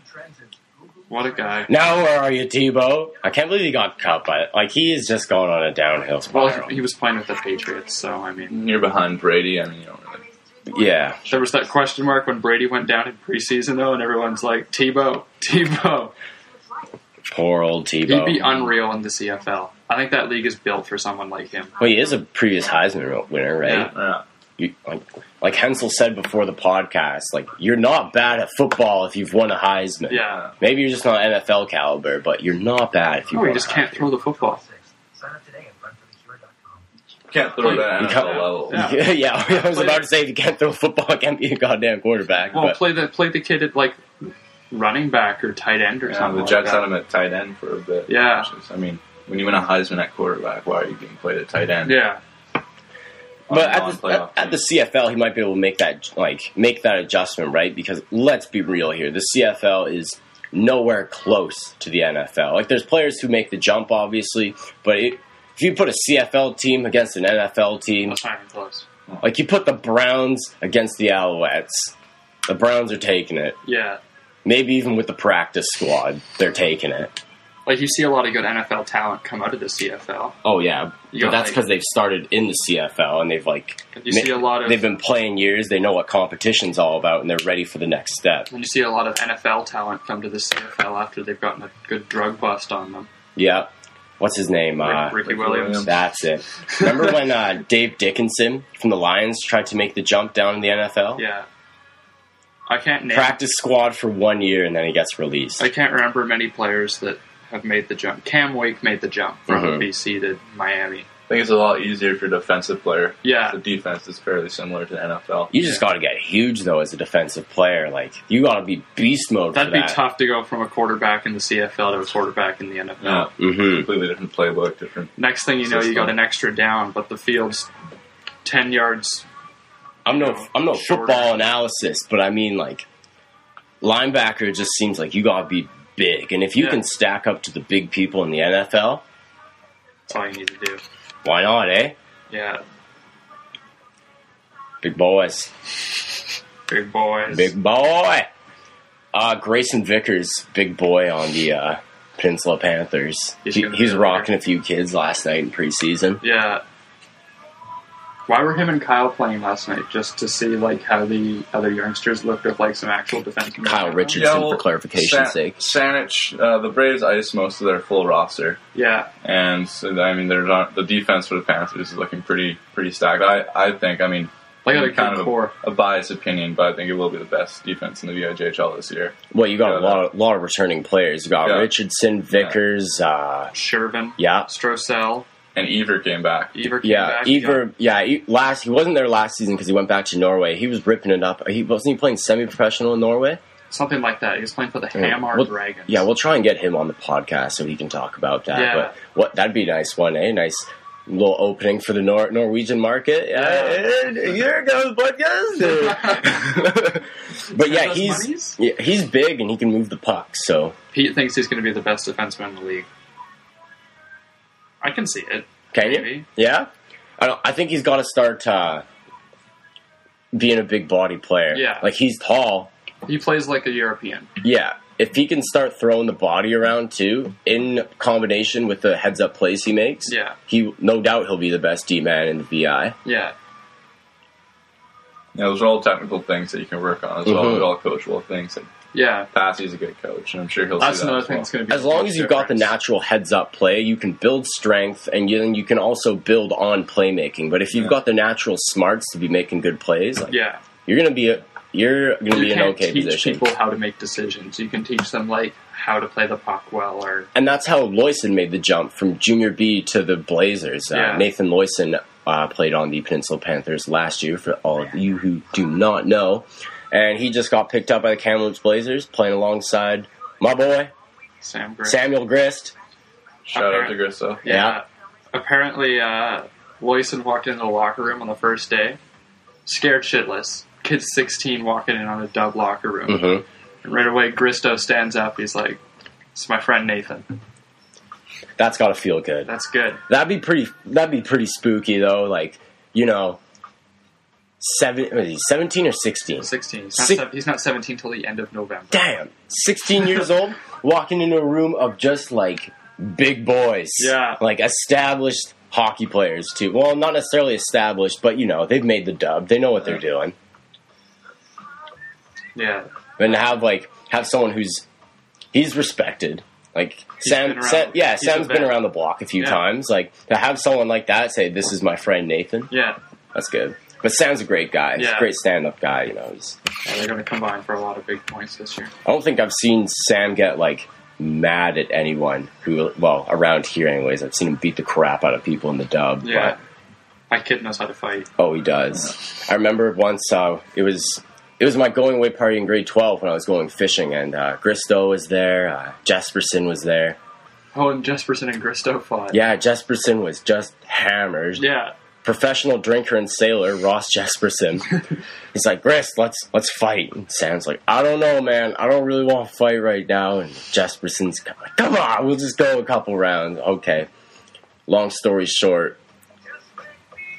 Speaker 4: What a guy.
Speaker 3: Now where are you, Tebow? I can't believe he got cut, but like he is just going on a downhill
Speaker 4: Well,
Speaker 3: spiral.
Speaker 4: he was playing with the Patriots, so I mean,
Speaker 5: You're behind Brady. I mean, you don't really.
Speaker 3: Yeah,
Speaker 4: there was that question mark when Brady went down in preseason, though, and everyone's like, Tebow, Tebow.
Speaker 3: poor old
Speaker 4: He'd be
Speaker 3: Tebow.
Speaker 4: unreal in the CFL. I think that league is built for someone like him.
Speaker 3: Well, he is a previous Heisman winner, right?
Speaker 4: Yeah.
Speaker 5: Yeah.
Speaker 3: You, like, like Hensel said before the podcast, like you're not bad at football if you've won a Heisman.
Speaker 4: Yeah.
Speaker 3: Maybe you're just not NFL caliber, but you're not bad if you.
Speaker 4: No,
Speaker 3: won
Speaker 4: Oh, he
Speaker 3: a
Speaker 4: just can't
Speaker 3: Heisman.
Speaker 4: throw the football.
Speaker 5: Can't throw that
Speaker 3: You
Speaker 5: NFL
Speaker 3: can't-
Speaker 5: level.
Speaker 3: *laughs*
Speaker 4: Yeah.
Speaker 3: yeah, I was about to say if you can't throw a football, I can't be a goddamn quarterback.
Speaker 4: Well,
Speaker 3: but
Speaker 4: play the play the kid at like running back or tight end or
Speaker 5: Yeah,
Speaker 4: something.
Speaker 5: the
Speaker 4: like
Speaker 5: Jets
Speaker 4: that.
Speaker 5: had him at tight end for a bit.
Speaker 4: Yeah.
Speaker 5: which is- I mean, when you win a Heisman at quarterback, why are you being played at tight end?
Speaker 4: Yeah,
Speaker 5: on
Speaker 3: but
Speaker 5: a
Speaker 3: at the,
Speaker 5: non-playoff
Speaker 3: at, at the
Speaker 5: team?
Speaker 3: CFL, he might be able to make that like make that adjustment, right? Because let's be real here, the CFL is nowhere close to the NFL. Like, there's players who make the jump, obviously, but it, if you put a CFL team against an NFL team,
Speaker 4: that's not even close.
Speaker 3: like you put the Browns against the Alouettes, the Browns are taking it.
Speaker 4: Yeah,
Speaker 3: Maybe even with the practice squad, they're taking it.
Speaker 4: like you see a lot of good NFL talent come out of the CFL.
Speaker 3: Oh yeah,
Speaker 4: You
Speaker 3: but
Speaker 4: got,
Speaker 3: that's
Speaker 4: like-
Speaker 3: because they've started in the CFL and they've like
Speaker 4: You see a lot of
Speaker 3: they've been playing years. They know what competition's all about and they're ready for the next step.
Speaker 4: And you see a lot of NFL talent come to the CFL after they've gotten a good drug bust on them.
Speaker 3: Yeah, what's his name? Uh,
Speaker 4: Ricky,
Speaker 5: Ricky
Speaker 4: Williams.
Speaker 5: Williams.
Speaker 3: that's it. Remember when uh, Dave Dickinson from the Lions tried to make the jump down in the NFL?
Speaker 4: Yeah. I can't name.
Speaker 3: Practice squad for one year and then he gets released.
Speaker 4: I can't remember many players that have made the jump. Cam Wake made the jump from
Speaker 5: Mm-hmm.
Speaker 3: Mhm.
Speaker 4: BC to Miami.
Speaker 5: I think it's a lot easier if you're a defensive player.
Speaker 4: Yeah.
Speaker 5: the defense is fairly similar to the NFL.
Speaker 3: you just got to get huge though as a defensive player. Like you got to be beast mode.
Speaker 4: That'd
Speaker 3: for
Speaker 4: be
Speaker 3: that.
Speaker 4: tough to go from a quarterback in the CFL to a quarterback in the NFL.
Speaker 5: Yeah,
Speaker 3: hmm
Speaker 5: completely different playbook, different.
Speaker 4: Next thing you know, you got an extra down, but the field's ten yards.
Speaker 3: I'm no I'm no
Speaker 4: Shorter.
Speaker 3: football analysis, but I mean like linebacker just seems like you gotta be big, and if you
Speaker 4: Yeah.
Speaker 3: can stack up to the big people in the NFL,
Speaker 4: That's all you need to do.
Speaker 3: why not, eh?
Speaker 4: Yeah,
Speaker 3: Big boys,
Speaker 4: big boys.
Speaker 3: big boy. Uh, Grayson Vickers, big boy on the uh, Peninsula Panthers.
Speaker 4: He's
Speaker 3: He,
Speaker 4: gonna
Speaker 3: he was
Speaker 4: be a
Speaker 3: rocking a few kids last night in preseason.
Speaker 4: Yeah. Why were him and Kyle playing last night? Just to see like how the other youngsters looked with like some actual defense.
Speaker 3: Kyle Richardson, for clarification's sake.
Speaker 5: Sanich, uh, the Braves iced most of their full roster.
Speaker 4: Yeah,
Speaker 5: And so, I mean, they're not, the defense for the Panthers is looking pretty pretty stacked. I, I think. I mean,
Speaker 4: they got a
Speaker 5: kind
Speaker 4: good
Speaker 5: of
Speaker 4: core.
Speaker 5: a, a biased opinion, but I think it will be the best defense in the VIJHL this year.
Speaker 3: Well, you got a
Speaker 5: Yeah,
Speaker 3: lot of, lot of returning players. You got
Speaker 5: Yeah.
Speaker 3: Richardson, Vickers, uh,
Speaker 4: Shervin,
Speaker 3: yeah,
Speaker 4: Strosel,
Speaker 5: And Ever came back.
Speaker 4: Ever. Came
Speaker 3: Yeah,
Speaker 4: back,
Speaker 3: Eber. Yeah, he, last he wasn't there last season because he went back to Norway. He was ripping it up. He wasn't he playing semi-professional in Norway.
Speaker 4: something like that. He was playing for the Hamar
Speaker 3: We'll-
Speaker 4: Dragons.
Speaker 3: Yeah, we'll try and get him on the podcast so he can talk about that.
Speaker 4: Yeah.
Speaker 3: But what that'd be a nice one, eh? Nice little opening for the Nor- Norwegian market. Yeah, eh, here goes
Speaker 4: *laughs*
Speaker 3: podcast. but yeah,
Speaker 4: Those
Speaker 3: he's
Speaker 4: monies?
Speaker 3: yeah, he's big and he can move the puck. So
Speaker 4: Pete thinks he's going to be the best defenseman in the league. I can see it.
Speaker 3: Can you?
Speaker 4: Maybe.
Speaker 3: Yeah, I don't. I think he's got to start uh, being a big body player.
Speaker 4: Yeah.
Speaker 3: like he's tall.
Speaker 4: He plays like a European.
Speaker 3: Yeah, if he can start throwing the body around too, in combination with the heads up plays he makes,
Speaker 4: Yeah.
Speaker 3: he no doubt he'll be the best D man in the VI.
Speaker 4: Yeah,
Speaker 5: You know, those are all technical things that you can work on as well.
Speaker 4: Mm-hmm.
Speaker 3: Mhm.
Speaker 5: They're all coachable things. And
Speaker 4: yeah.
Speaker 5: Passy's a good coach, and I'm sure he'll
Speaker 4: That's
Speaker 5: see that
Speaker 4: another
Speaker 5: as
Speaker 4: thing
Speaker 5: well.
Speaker 4: that's going to be.
Speaker 3: As long as you've got the
Speaker 4: difference.
Speaker 3: natural heads up play, you can build strength and you, then you can also build on playmaking. But if you've
Speaker 5: Yeah.
Speaker 3: got the natural smarts to be making good plays, like,
Speaker 4: Yeah.
Speaker 3: you're gonna be a, you're gonna
Speaker 4: you
Speaker 3: be in
Speaker 4: can't
Speaker 3: okay
Speaker 4: teach
Speaker 3: position.
Speaker 4: people how to make decisions. You can teach them like how to play the puck well, or
Speaker 3: and that's how Loyson made the jump from junior B to the Blazers. Uh,
Speaker 4: Yeah.
Speaker 3: Nathan Loyson uh, played on the Peninsula Panthers last year, for all of you who do not know. And he just got picked up by the Kamloops Blazers, playing alongside my boy,
Speaker 4: Sam Gray.
Speaker 3: Samuel Grist.
Speaker 5: Shout out
Speaker 4: Okay.
Speaker 5: to Grisso.
Speaker 4: yeah. Apparently, uh, Loyson walked into the locker room on the first day, scared shitless. kid's 16 walking in on a dub locker room.
Speaker 3: Mhm.
Speaker 4: And right away, Gristo stands up. He's like, "It's my friend Nathan.
Speaker 3: That's got to feel good.
Speaker 4: That's good."
Speaker 3: That'd be pretty. That'd be pretty spooky though. Like you know, seven, what is he, 17 or sixteen.
Speaker 4: 16. He's not,
Speaker 3: Six-
Speaker 4: sev- he's not 17 till the end of November.
Speaker 3: Damn, sixteen years old, walking into a room of just like big boys.
Speaker 4: Yeah.
Speaker 3: like established hockey players too. Well, not necessarily established, but you know, they've made the dub. They know what they're doing.
Speaker 4: Yeah.
Speaker 3: and have like have someone who's he's respected. Like Sam,
Speaker 4: been around
Speaker 3: Sam-
Speaker 4: the-
Speaker 3: yeah,
Speaker 4: he's a
Speaker 3: Sam's been
Speaker 4: vet.
Speaker 3: around the block a few
Speaker 4: Yeah.
Speaker 3: times. Like to have someone like that say, "This is my friend Nathan."
Speaker 4: Yeah.
Speaker 3: That's good. But Sam's a great guy. He's a
Speaker 4: Yeah.
Speaker 3: great stand-up guy. You know, he's,
Speaker 4: Yeah, They're going to combine for a lot of big points this year.
Speaker 3: I don't think I've seen Sam get like mad at anyone who, well, around here, anyways. I've seen him beat the crap out of people in the dub.
Speaker 4: Yeah.
Speaker 3: but-
Speaker 4: My kid knows how to fight.
Speaker 3: Oh, he does. I remember once uh, it was it was my going away party in grade twelve when I was going fishing, and uh, Gristo was there, uh, Jesperson was there.
Speaker 4: Oh, and Jesperson and Gristo fought.
Speaker 3: Yeah, Jesperson was just hammered.
Speaker 4: Yeah.
Speaker 3: Professional drinker and sailor Ross Jesperson. He's like, Grist, let's let's fight. And Sam's like, I don't know, man. I don't really want to fight right now. And Jesperson's kinda like, come on, we'll just go a couple rounds. Okay. Long story short,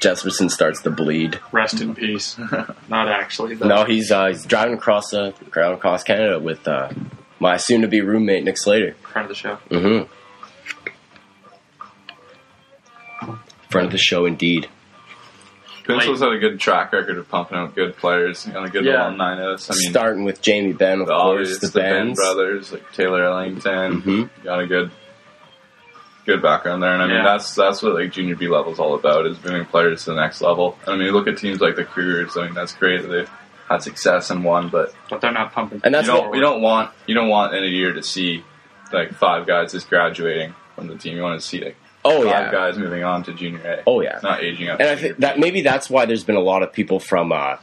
Speaker 3: Jesperson starts to bleed.
Speaker 4: Rest *laughs* in peace. Not actually. Though.
Speaker 3: No, he's uh, he's driving across uh, driving across Canada with uh, my soon-to-be roommate Nick Slater.
Speaker 4: In front of the show.
Speaker 3: Mm-hmm. Friend of the show, indeed.
Speaker 5: Pencil's had a good track record of pumping out good players and a good
Speaker 4: Yeah.
Speaker 5: alumni list. I mean,
Speaker 3: starting with Jamie Ben, of
Speaker 5: the
Speaker 3: course,
Speaker 5: obvious,
Speaker 3: the,
Speaker 5: the,
Speaker 3: Benz.
Speaker 5: Ben brothers, like Taylor Ellington,
Speaker 3: Mhm.
Speaker 5: got a good, good background there. And I mean,
Speaker 4: Mm-hmm. Yeah.
Speaker 5: that's that's what like junior B level is all about is moving players to the next level. And I mean, look at teams like the Cougars. I mean, that's great that they've had success and won, but
Speaker 4: But they're not pumping.
Speaker 3: And that's
Speaker 5: you don't
Speaker 3: what
Speaker 5: you don't want you don't want in a year to see like five guys just graduating from the team. You want to see like
Speaker 3: oh
Speaker 5: five
Speaker 3: yeah,
Speaker 5: guys moving on to junior A.
Speaker 3: oh yeah.
Speaker 5: not aging up.
Speaker 3: And I
Speaker 5: junior
Speaker 3: think that maybe that's why there's been a lot of people from uh,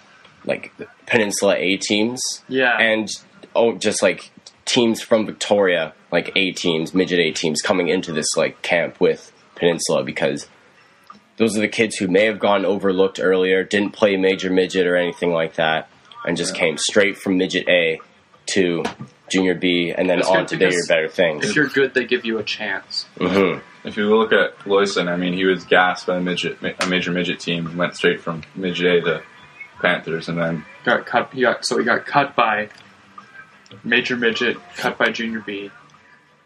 Speaker 3: like Peninsula A teams
Speaker 4: Yeah.
Speaker 3: and oh, just like teams from Victoria, like A teams, midget A teams, coming into this like camp with Peninsula because those are the kids who may have gone overlooked earlier, didn't play major midget or anything like that, and just came straight from midget A to junior B and then
Speaker 4: That's
Speaker 3: on
Speaker 4: good
Speaker 3: to bigger,
Speaker 4: because
Speaker 3: better things.
Speaker 4: if you're good, they give you a chance.
Speaker 3: hmm
Speaker 5: If you look at Loyson, I mean, he was gassed by a midget, a major midget team, and went straight from midget A to Panthers, and then
Speaker 4: Got cut. He got so he got cut by major midget, cut by junior B.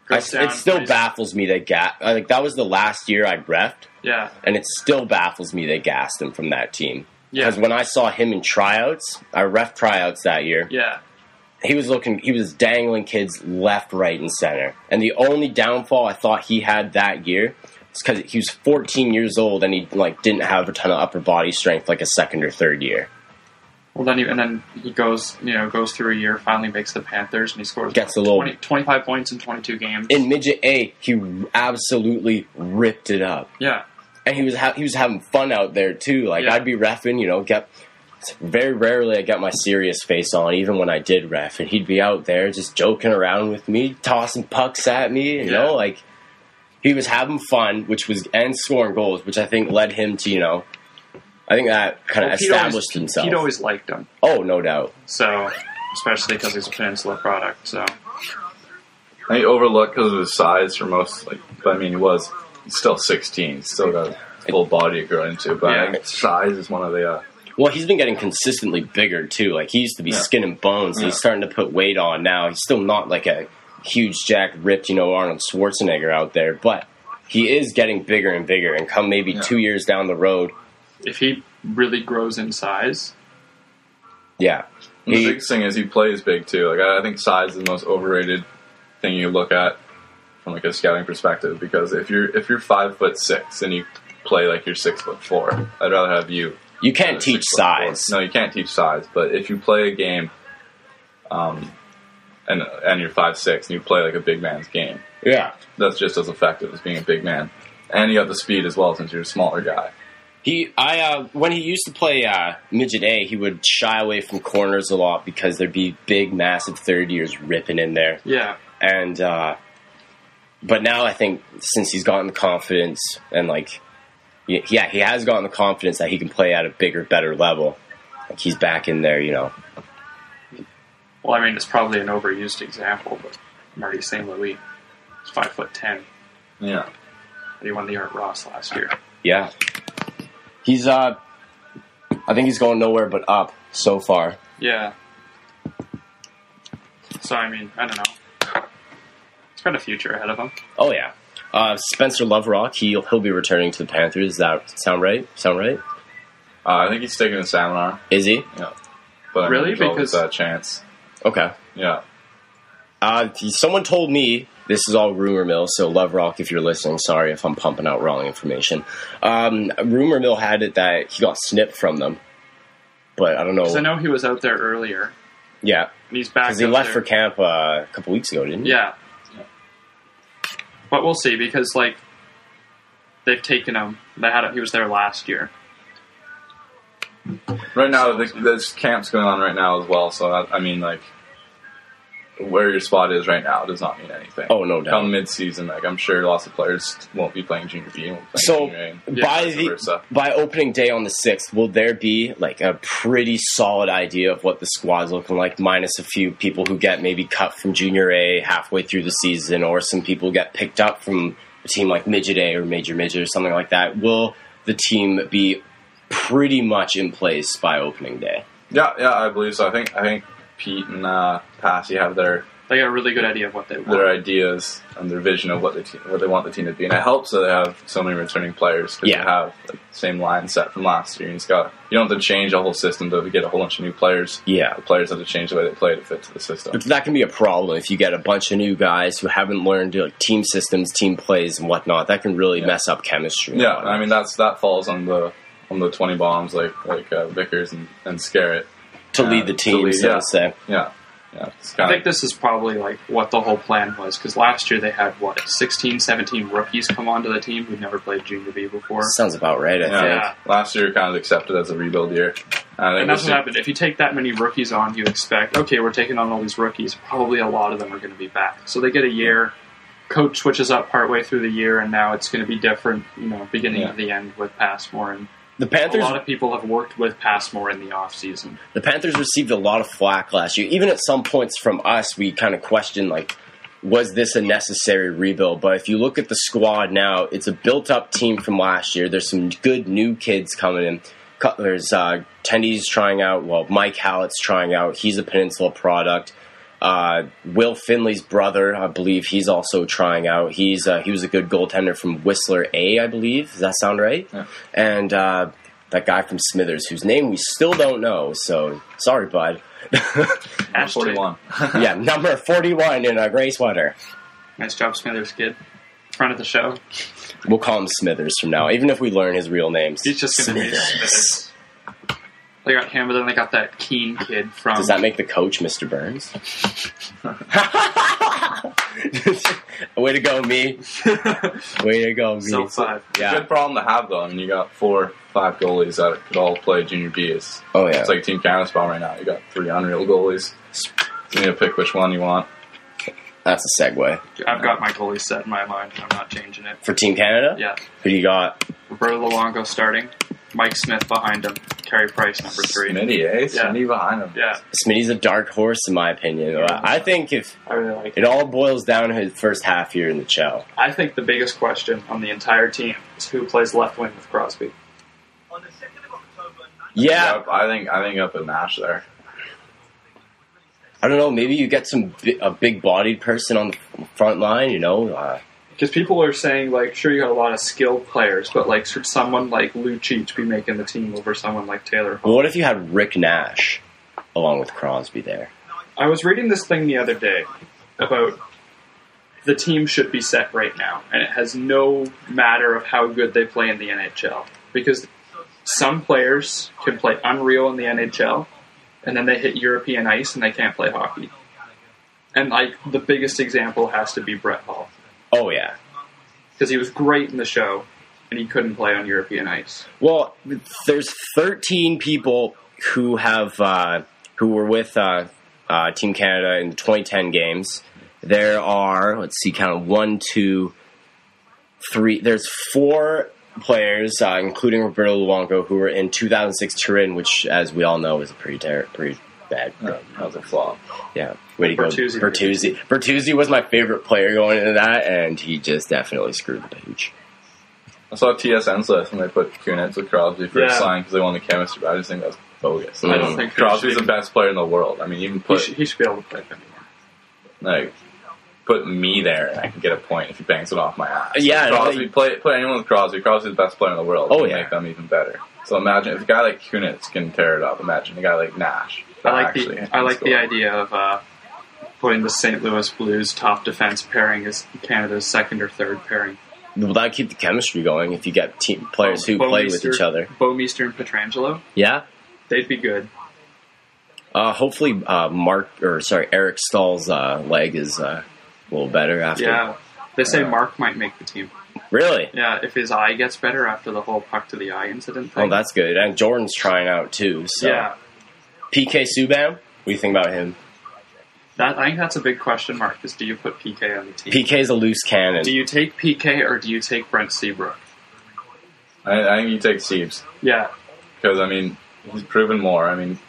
Speaker 3: I,
Speaker 4: Goes down,
Speaker 3: it still
Speaker 4: plays-
Speaker 3: baffles me that gas. Like that was the last year I repped,
Speaker 4: Yeah,
Speaker 3: and it still baffles me they gassed him from that team.
Speaker 4: yeah,
Speaker 3: Because when I saw him in tryouts, I ref tryouts that year.
Speaker 4: yeah.
Speaker 3: He was looking, he was dangling kids left, right, and center. And the only downfall I thought he had that year is because he was 14 years old and he like didn't have a ton of upper body strength like a second or third year.
Speaker 4: Well, then he, and then he goes, you know, goes through a year, finally makes the Panthers, and he scores
Speaker 3: Gets a little-
Speaker 4: 20 25 points in 22 games.
Speaker 3: In midget A, he absolutely ripped it up.
Speaker 4: yeah,
Speaker 3: and he was ha- he was having fun out there too. Like
Speaker 4: Yeah.
Speaker 3: I'd be refing, you know, get very rarely I got my serious face on, even when I did ref, and he'd be out there just joking around with me, tossing pucks at me, you
Speaker 4: Yeah.
Speaker 3: know, like he was having fun, which was and scoring goals, which I think led him to you know, I think that kind of
Speaker 4: Well, Pete always-
Speaker 3: established himself.
Speaker 4: Pete always liked him,
Speaker 3: oh, no doubt.
Speaker 4: so especially because he's a Peninsula product. So
Speaker 5: I mean, overlooked because of his size for most. Like, but I mean, he was he's still 16, still got a full body to grow into. But I
Speaker 4: Yeah.
Speaker 5: think size is one of the. Uh,
Speaker 3: Well, he's been getting consistently bigger too. Like he used to be
Speaker 5: Yeah.
Speaker 3: skin and bones. and He's
Speaker 5: Yeah.
Speaker 3: starting to put weight on now. He's still not like a huge, jack, ripped, you know, Arnold Schwarzenegger out there, but he is getting bigger and bigger. And come maybe
Speaker 5: Yeah.
Speaker 3: two years down the road,
Speaker 4: if he really grows in size,
Speaker 3: yeah,
Speaker 5: and the
Speaker 3: he,
Speaker 5: biggest thing is he plays big too. Like I, I think size is the most overrated thing you look at from like a scouting perspective because if you're if you're five foot six and you play like you're six foot four, I'd rather have you
Speaker 3: you can't teach
Speaker 5: Six foot four.
Speaker 3: size.
Speaker 5: No, you can't teach size. But if you play a game, um, and and you're five six and you play like a big man's game,
Speaker 3: Yeah,
Speaker 5: that's just as effective as being a big man. And you got the speed as well since you're a smaller guy.
Speaker 3: He, I, uh, when he used to play uh, midget A, he would shy away from corners a lot because there'd be big, massive third years ripping in there.
Speaker 4: yeah,
Speaker 3: and uh, but now I think since he's gotten the confidence and like y- yeah he has gotten the confidence that he can play at a bigger better level Like he's back in there, you know.
Speaker 4: Well, I mean, it's probably an overused example, but Marty St. Louis is five foot ten.
Speaker 5: Yeah.
Speaker 4: and He won the Art Ross last year.
Speaker 3: Yeah. He's uh I think he's going nowhere but up so far.
Speaker 4: Yeah. So I mean, I don't know. He's got a future ahead of him.
Speaker 3: Oh yeah. Uh, Spencer Loverock, he'll he'll be returning to the Panthers. Does that sound right? Sound right?
Speaker 5: Uh, I think he's taking a seminar.
Speaker 3: Is he?
Speaker 5: Yeah. But I mean,
Speaker 4: Really?
Speaker 5: there's always
Speaker 4: Because-
Speaker 5: that chance.
Speaker 3: Okay.
Speaker 5: Yeah.
Speaker 3: Uh, he- someone told me this is all rumor mill. So Love Rock, if you're listening, sorry if I'm pumping out wrong information. Um, rumor mill had it that he got snipped from them, but I don't know.
Speaker 4: Because I know he was out there earlier,
Speaker 3: yeah,
Speaker 4: and he's back.
Speaker 3: because he
Speaker 4: out
Speaker 3: left for
Speaker 4: there.
Speaker 3: camp uh, a couple weeks ago, didn't he?
Speaker 4: Yeah. But we'll see because like they've taken him. They had him. He was there last year.
Speaker 5: Right now, the, this camp's going on right now as well. So I, I mean, like, where your spot is right now does not mean anything.
Speaker 3: Oh, no doubt.
Speaker 5: Come mid-season, like I'm sure lots of players won't be playing junior B. and won't be *laughs*
Speaker 3: So
Speaker 5: playing junior A, and
Speaker 3: by
Speaker 5: vice
Speaker 3: the
Speaker 5: versa.
Speaker 3: by opening day on the sixth, will there be like a pretty solid idea of what the squad's looking like, minus a few people who get maybe cut from junior A halfway through the season, or some people get picked up from a team like midget A or major midget or something like that? Will the team be pretty much in place by opening day?
Speaker 5: yeah, yeah, I believe so. I think I think Pete and uh, Passy have their
Speaker 4: They got a really good idea of what they want.
Speaker 5: their ideas and their vision of what they te- what they want the team to be, and it helps that they have so many returning players. 'cause
Speaker 3: Yeah.
Speaker 5: you have like, the same line set from last year, and it's got you don't have to change a whole system to get a whole bunch of new players.
Speaker 3: Yeah.
Speaker 5: the players have to change the way they play to fit to the system.
Speaker 3: But that can be a problem if you get a bunch of new guys who haven't learned like team systems, team plays, and whatnot. That can really mess up chemistry. and
Speaker 5: Yeah,
Speaker 3: whatnot.
Speaker 5: I mean that's that falls on the on the twenty bombs like like uh, Vickers and, and Scarrett.
Speaker 3: to lead
Speaker 5: uh,
Speaker 3: the
Speaker 5: to
Speaker 3: team,
Speaker 5: lead,
Speaker 3: so
Speaker 5: yeah.
Speaker 3: to say.
Speaker 5: Yeah, yeah. It's
Speaker 4: I
Speaker 5: kind
Speaker 4: think this is probably like what the whole plan was because last year they had what 16, 17 rookies come onto the team who'd never played junior B before.
Speaker 3: Sounds about right. I
Speaker 5: yeah,
Speaker 3: think.
Speaker 4: yeah.
Speaker 5: Last year kind of accepted as a rebuild year. I think
Speaker 4: And that's what
Speaker 5: this year-
Speaker 4: happened. If you take that many rookies on, you expect, okay, we're taking on all these rookies. Probably a lot of them are going to be back. So they get a year. Coach switches up partway through the year, and now it's going to be different, you know, beginning
Speaker 5: Yeah.
Speaker 4: to the end with Passmore. And
Speaker 3: The
Speaker 4: a
Speaker 3: Panthers
Speaker 4: lot of people have worked with Passmore in the offseason.
Speaker 3: the Panthers received a lot of flack last year. Even at some points from us, we kind of questioned like, was this a necessary rebuild? But if you look at the squad now, it's a built-up team from last year. There's some good new kids coming in. Cu- There's uh, Tendy's trying out. Well, Mike Hallett's trying out. He's a Peninsula product. Uh, Will Finley's brother, I believe, he's also trying out. He's uh, he was a good goaltender from Whistler A, I believe. Does that sound right?
Speaker 5: Yeah.
Speaker 3: And uh, that guy from Smithers, whose name we still don't know. So sorry, bud. *laughs*
Speaker 5: I'm 41. *laughs*
Speaker 3: yeah, number forty-one in a gray sweater.
Speaker 4: Nice job, Smithers kid. Front of the show.
Speaker 3: We'll call him Smithers from now, even if we learn his real name.
Speaker 4: He's just going to be Smithers. They got him, but then they got that Keen kid from.
Speaker 3: Does that make the coach Mr. Burns? *laughs* Way to go, me. Way to go, me.
Speaker 4: so five?
Speaker 3: *laughs* yeah.
Speaker 5: Good problem to have though. I mean, you got four, five goalies that could all play junior B. It's,
Speaker 3: Oh, yeah.
Speaker 5: it's like Team Canvas Bomb right now. You got three unreal goalies. You need to pick which one you want.
Speaker 3: That's a segue.
Speaker 4: I've got my goalie set in my mind. I'm not changing it.
Speaker 3: For Team Canada?
Speaker 4: Yeah.
Speaker 3: Who do you got?
Speaker 4: Roberto Luongo starting. Mike Smith behind him. Carey Price number three.
Speaker 5: Smitty, eh? Smitty behind him.
Speaker 4: Yeah,
Speaker 3: Smitty's a dark horse, in my opinion. I think if
Speaker 4: I really like
Speaker 3: it all boils down to his first half year in the chow.
Speaker 4: I think the biggest question on the entire team is who plays left wing with Crosby.
Speaker 3: Yeah,
Speaker 5: I think I think up a Nash there.
Speaker 3: I don't know. Maybe you get some bi- a big-bodied person on the front line. You know, uh,
Speaker 4: Because people are saying, like, sure, you got a lot of skilled players, but, like, should someone like Lucic be making the team over someone like Taylor?
Speaker 3: But what if you had Rick Nash along with Crosby there?
Speaker 4: I was reading this thing the other day about the team should be set right now, and it has no matter of how good they play in the NHL because some players can play unreal in the NHL, and then they hit European ice and they can't play hockey. And like the biggest example has to be Brett Hall
Speaker 3: Oh yeah.
Speaker 4: because he was great in the show, and he couldn't play on European ice.
Speaker 3: Well, there's 13 people who have uh, who were with uh, uh, Team Canada in the 2010 games. There are let's see, count 'em, one, two, three. There's four players, uh, including Roberto Luongo, who were in 2006 Turin, which, as we all know, was a pretty ter- pretty bad.
Speaker 5: That was a flop.
Speaker 3: Yeah, way to go,
Speaker 4: Bertuzzi.
Speaker 3: Bertuzzi. Bertuzzi was my favorite player going into that, and he just definitely screwed the pooch.
Speaker 5: I saw TSN's list and they put Kunitz with Crosby for
Speaker 4: Yeah.
Speaker 5: a sign because they won the chemistry. But I just think that's bogus.
Speaker 3: Mm.
Speaker 4: I don't think
Speaker 5: Crosby's the
Speaker 4: he should,
Speaker 5: best player in the world. I mean, even
Speaker 4: he
Speaker 5: put
Speaker 4: should, he should be able to play anymore.
Speaker 5: like put me there and I can get a point if he bangs it off my ass.
Speaker 3: Yeah, and I
Speaker 5: Crosby
Speaker 3: think-
Speaker 5: play play anyone with Crosby. Crosby's the best player in the world.
Speaker 3: Oh,
Speaker 5: Can
Speaker 3: yeah.
Speaker 5: make them even better. So imagine if a guy like Kunitz can tear it up. Imagine a guy like Nash.
Speaker 4: I like
Speaker 5: Actually,
Speaker 4: the I like
Speaker 5: score.
Speaker 4: the idea of uh, putting the St. Louis Blues top defense pairing as Canada's second or third pairing.
Speaker 3: Well, that keep the chemistry going if you got team players who
Speaker 4: Bo
Speaker 3: play with
Speaker 4: Meester-
Speaker 3: each other.
Speaker 4: Bo Meester and Petrangelo,
Speaker 3: Yeah.
Speaker 4: they'd be good.
Speaker 3: Uh, hopefully, uh, Mark or sorry, Eric Stahl's uh, leg is uh, a little better after.
Speaker 4: Yeah, they say
Speaker 5: Uh,
Speaker 4: Mark might make the team.
Speaker 3: Really?
Speaker 4: Yeah, if his eye gets better after the whole puck to the eye incident
Speaker 3: Oh,
Speaker 4: thing.
Speaker 3: that's good. And Jordan's trying out too. So
Speaker 4: yeah.
Speaker 3: PK Subban, what do you think about him?
Speaker 4: That I think that's a big question mark. Is do you put PK on the team?
Speaker 3: PK's a loose cannon.
Speaker 4: do you take PK or do you take Brent Seabrook?
Speaker 5: I, I think you take Siebes
Speaker 4: Yeah,
Speaker 5: because I mean he's proven more. I mean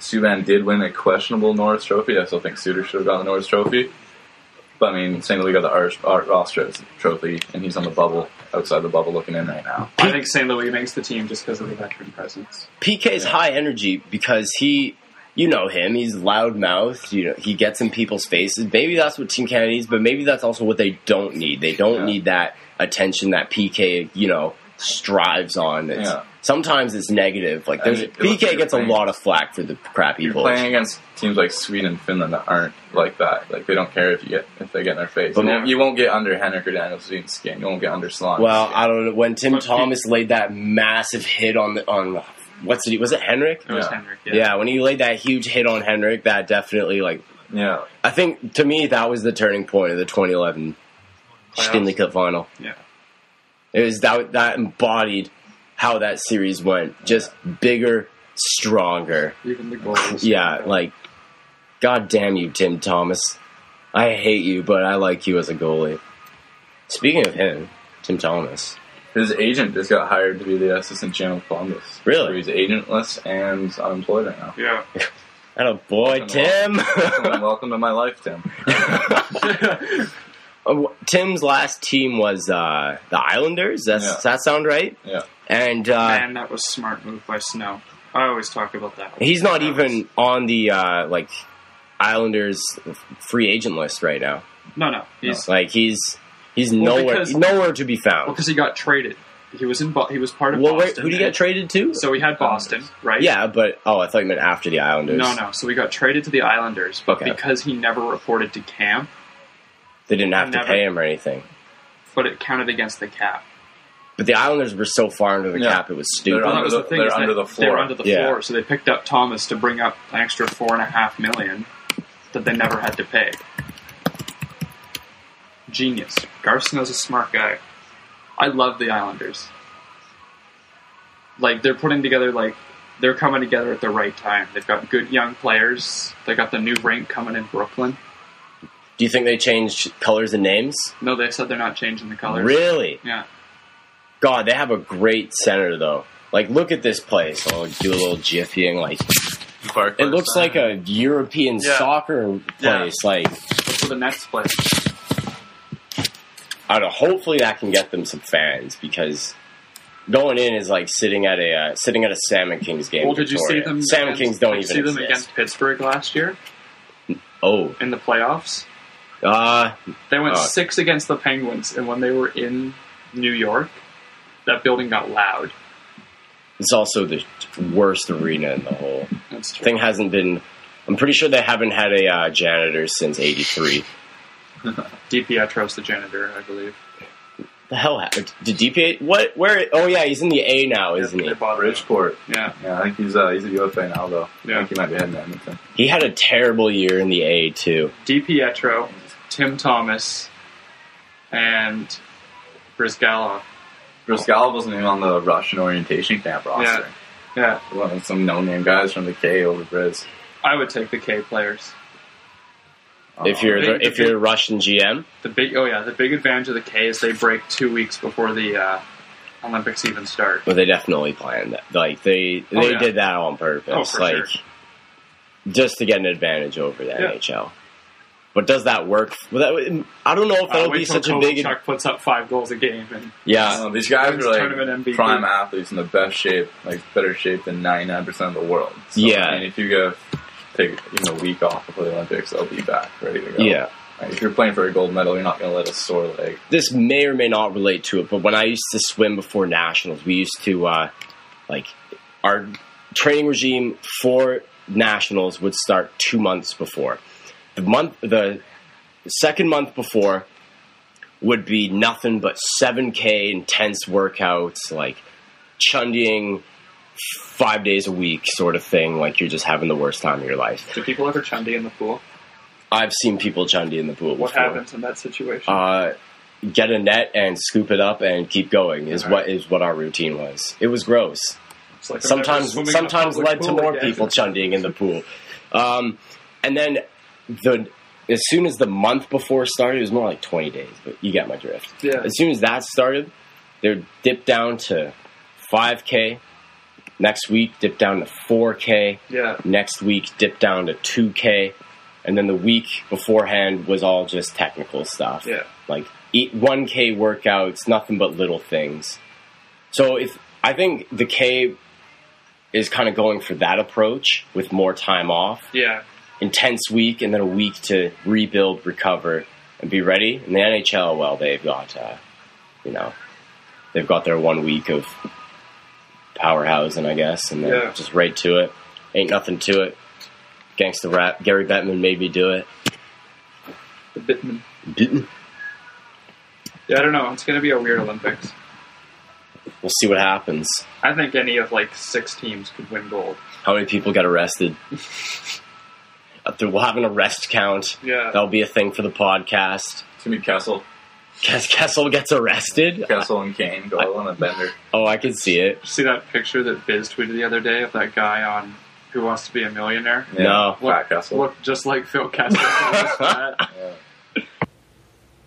Speaker 5: Subban did win a questionable Norris Trophy. I still think Suter should have gotten the Norris Trophy. But I mean, St. Louis got the Art Ross Trophy, and he's on the bubble, outside the bubble, looking in right now.
Speaker 4: I think St. Louis makes the team just because of the veteran presence.
Speaker 3: PK's high energy because he, you know him, he's loudmouthed. You know he gets in people's faces. Maybe that's what Team Canada needs, but maybe that's also what they don't need. They don't
Speaker 5: Yeah.
Speaker 3: need that attention that PK, you know, strives on. It's,
Speaker 5: Yeah.
Speaker 3: Sometimes it's negative. Like
Speaker 5: I
Speaker 3: there's
Speaker 5: mean, it looks like
Speaker 3: PK gets a
Speaker 5: you're
Speaker 3: lot of flack for the crap he
Speaker 5: You're
Speaker 3: pulls.
Speaker 5: playing against teams like Sweden and Finland that aren't like that. Like they don't care if you get if they get in their face.
Speaker 3: But
Speaker 5: you,
Speaker 3: now-
Speaker 5: won't, you won't get under Henrik or Danielson's skin. You won't get under Sloan.
Speaker 3: Well, I don't know. When Tim
Speaker 4: But he-
Speaker 3: Thomas laid that massive hit on the on what's it? Was it Henrik?
Speaker 4: It was
Speaker 5: Yeah.
Speaker 4: Henrik.
Speaker 3: Yeah. when he laid that huge hit on Henrik, that definitely like
Speaker 5: yeah,
Speaker 3: I think to me that was the turning point of the 2011
Speaker 4: Playoffs.
Speaker 3: Stanley Cup final.
Speaker 4: yeah.
Speaker 3: It was that that embodied how that series went. Just bigger, stronger.
Speaker 4: Even the goals.
Speaker 3: Yeah, like God damn you, Tim Thomas. I hate you, but I like you as a goalie. Speaking of him, Tim Thomas.
Speaker 5: his agent just got hired to be the assistant GM of Columbus.
Speaker 3: Really?
Speaker 5: So he's agentless and unemployed right now.
Speaker 4: Yeah.
Speaker 3: And a boy, Tim.
Speaker 5: *laughs* Welcome to my life, Tim.
Speaker 3: *laughs* Oh, Tim's last team was uh, the Islanders. That's,
Speaker 5: Yeah.
Speaker 3: Does that sound right?
Speaker 5: Yeah,
Speaker 3: And uh,
Speaker 4: Man, that was smart move by Snow. I always talk about that.
Speaker 3: he's not
Speaker 4: That
Speaker 3: even on the uh, like Islanders free agent list right now.
Speaker 4: was- no, no. He's
Speaker 3: Like he's he's
Speaker 4: Oh. Well,
Speaker 3: nowhere
Speaker 4: because-
Speaker 3: nowhere to be found.
Speaker 4: because he got traded. He was in. Bo- he was part of.
Speaker 3: Well, wait,
Speaker 4: Boston,
Speaker 3: who did he get
Speaker 4: right?
Speaker 3: traded to?
Speaker 4: So we had Boston, right?
Speaker 3: yeah, but oh, I thought you meant after the Islanders.
Speaker 4: No, no. So we got traded to the Islanders, but
Speaker 3: Okay.
Speaker 4: because he never reported to camp,
Speaker 3: they didn't have to
Speaker 4: Never.
Speaker 3: pay him or anything.
Speaker 4: but it counted against the cap.
Speaker 3: But the Islanders were so far under the
Speaker 5: Yeah.
Speaker 3: cap, it was stupid.
Speaker 5: They're
Speaker 4: Well, that
Speaker 5: under
Speaker 4: was
Speaker 5: the-
Speaker 4: the thing.
Speaker 5: they're
Speaker 4: is that
Speaker 5: under the
Speaker 4: They
Speaker 5: floor.
Speaker 4: were under the
Speaker 3: Yeah.
Speaker 4: floor, so they picked up Thomas to bring up an extra four and a half million that they never had to pay. Genius. Garson is a smart guy. I love the Islanders. Like they're putting together like they're coming together at the right time. They've got good young players. They got the new rink coming in Brooklyn.
Speaker 3: Do you think they changed colors and names?
Speaker 4: No, they said they're not changing the colors.
Speaker 3: Really?
Speaker 4: Yeah.
Speaker 3: God, they have a great center though. Like, look at this place. I'll do a little jiffying. Like, it looks like a European
Speaker 4: Yeah.
Speaker 3: soccer
Speaker 4: Yeah.
Speaker 3: place. Like,
Speaker 4: What's the next play?
Speaker 3: I don't know. Hopefully, that can get them some fans because going in is like sitting at a uh, sitting at a Salmon Kings game.
Speaker 4: Well,
Speaker 3: in
Speaker 4: Oh, did you see
Speaker 3: Victoria.
Speaker 4: them?
Speaker 3: Salmon
Speaker 4: against-
Speaker 3: Kings don't
Speaker 4: did
Speaker 3: even
Speaker 4: you see them
Speaker 3: exist.
Speaker 4: against Pittsburgh last year
Speaker 3: oh,
Speaker 4: in the playoffs.
Speaker 3: uh,
Speaker 4: They went
Speaker 3: Oh.
Speaker 4: six against the Penguins, and when they were in New York, that building got loud.
Speaker 3: it's also the worst arena in the whole
Speaker 4: That's true.
Speaker 3: thing. Hasn't been. I'm pretty sure they haven't had a uh, janitor since '83.
Speaker 4: DiPietro's the janitor, I believe.
Speaker 3: The hell happened? Did DPA? What? Where? Oh yeah, he's in the A now, Oh, isn't he?
Speaker 4: They bought him.
Speaker 5: Bridgeport.
Speaker 4: Yeah,
Speaker 5: Yeah, I think he's uh, he's a UFA now though.
Speaker 4: Yeah.
Speaker 5: I think he might be heading to Edmonton.
Speaker 3: He had a terrible year in the A too.
Speaker 4: DiPietro, Tim Thomas, and Brizgalov.
Speaker 5: Driscoll wasn't even on the Russian orientation camp roster.
Speaker 4: Yeah,
Speaker 5: Well, some no-name guys from the K over Briz.
Speaker 4: I would take the K players.
Speaker 5: Um,
Speaker 3: If you're
Speaker 4: Big-
Speaker 3: the, if you're a Russian GM,
Speaker 4: The big, oh yeah, the big advantage of the K is they break two weeks before the uh, Olympics even start.
Speaker 3: But they definitely planned that. Like they they
Speaker 4: yeah.
Speaker 3: did that on
Speaker 4: Oh,
Speaker 3: purpose.
Speaker 4: for
Speaker 3: like
Speaker 4: sure.
Speaker 3: just to get an advantage over the
Speaker 4: Yeah.
Speaker 3: NHL. But does that work? Well, that, I don't know if
Speaker 4: Uh,
Speaker 3: that'll
Speaker 4: wait
Speaker 3: be
Speaker 4: till
Speaker 3: such a big.
Speaker 4: Kovalchuk puts up five goals a game, and
Speaker 5: I don't
Speaker 3: Yeah,
Speaker 5: know, these guys
Speaker 4: Wins
Speaker 5: are
Speaker 4: tournament
Speaker 5: like
Speaker 4: MVP.
Speaker 5: prime athletes in the best shape, like better shape than 99% of the world. So,
Speaker 3: Yeah.
Speaker 5: I mean, if you go take even a week off before the Olympics, they'll be back ready to go.
Speaker 3: yeah.
Speaker 5: Like, if you're playing for a gold medal, you're not going to let a sore leg.
Speaker 3: this may or may not relate to it, but when I used to swim before nationals, we used to uh, like our training regime for nationals would start two months before. The month, the second month before, would be nothing but 7K intense workouts, like chundying five days a week, sort of thing. Like you're just having the worst time of your life.
Speaker 4: do people ever chundy in the pool?
Speaker 3: I've seen people chundy in the pool.
Speaker 4: What
Speaker 3: before
Speaker 4: happens in that situation?
Speaker 3: uh, get a net and scoop it up and keep going is
Speaker 4: Alright.
Speaker 3: what is what our routine was. It was gross.
Speaker 4: It's like I'm never
Speaker 3: Sometimes
Speaker 4: swimming in a
Speaker 3: sometimes
Speaker 4: public
Speaker 3: led to
Speaker 4: pool
Speaker 3: more
Speaker 4: again. *laughs*
Speaker 3: people chundying in the pool. Um, and then the as soon as the month before started, it was more like twenty days, but you get my drift.
Speaker 4: Yeah.
Speaker 3: As soon as that started, they'd dip down to five K. Next week dip down to four K
Speaker 4: Yeah,
Speaker 3: next week dipped down to 2k and then the week beforehand was all just technical stuff
Speaker 4: Yeah.
Speaker 3: like eat 1k workouts nothing but little things so if i think the k is kind of going for that approach with more time off
Speaker 4: yeah.
Speaker 3: intense week and then a week to rebuild recover and be ready and the nhl well they've got uh, you know they've got their one week of powerhousing i guess and then
Speaker 4: Yeah.
Speaker 3: just right to it ain't nothing to it gangsta rap gary bettman made me do it *clears throat*
Speaker 4: The Bitman. Yeah, I don't know. It's going to be a weird Olympics.
Speaker 3: we'll see what happens
Speaker 4: I think any of like six teams could win gold.
Speaker 3: how many people got arrested *laughs* Up there, we'll have an arrest count
Speaker 4: Yeah.
Speaker 3: that'll be a thing for the podcast *laughs*
Speaker 5: It's going to be Kessel.
Speaker 3: Kes- kessel gets arrested
Speaker 5: Kessel and Kane go out on a bender.
Speaker 3: oh i can see it
Speaker 4: See that picture that Biz tweeted the other day of that guy on Who Wants to Be a Millionaire?
Speaker 5: Yeah,
Speaker 3: No.
Speaker 5: Fat Kessel.
Speaker 4: Looked just like Phil *laughs* Kessel.
Speaker 3: *laughs*
Speaker 4: Just that.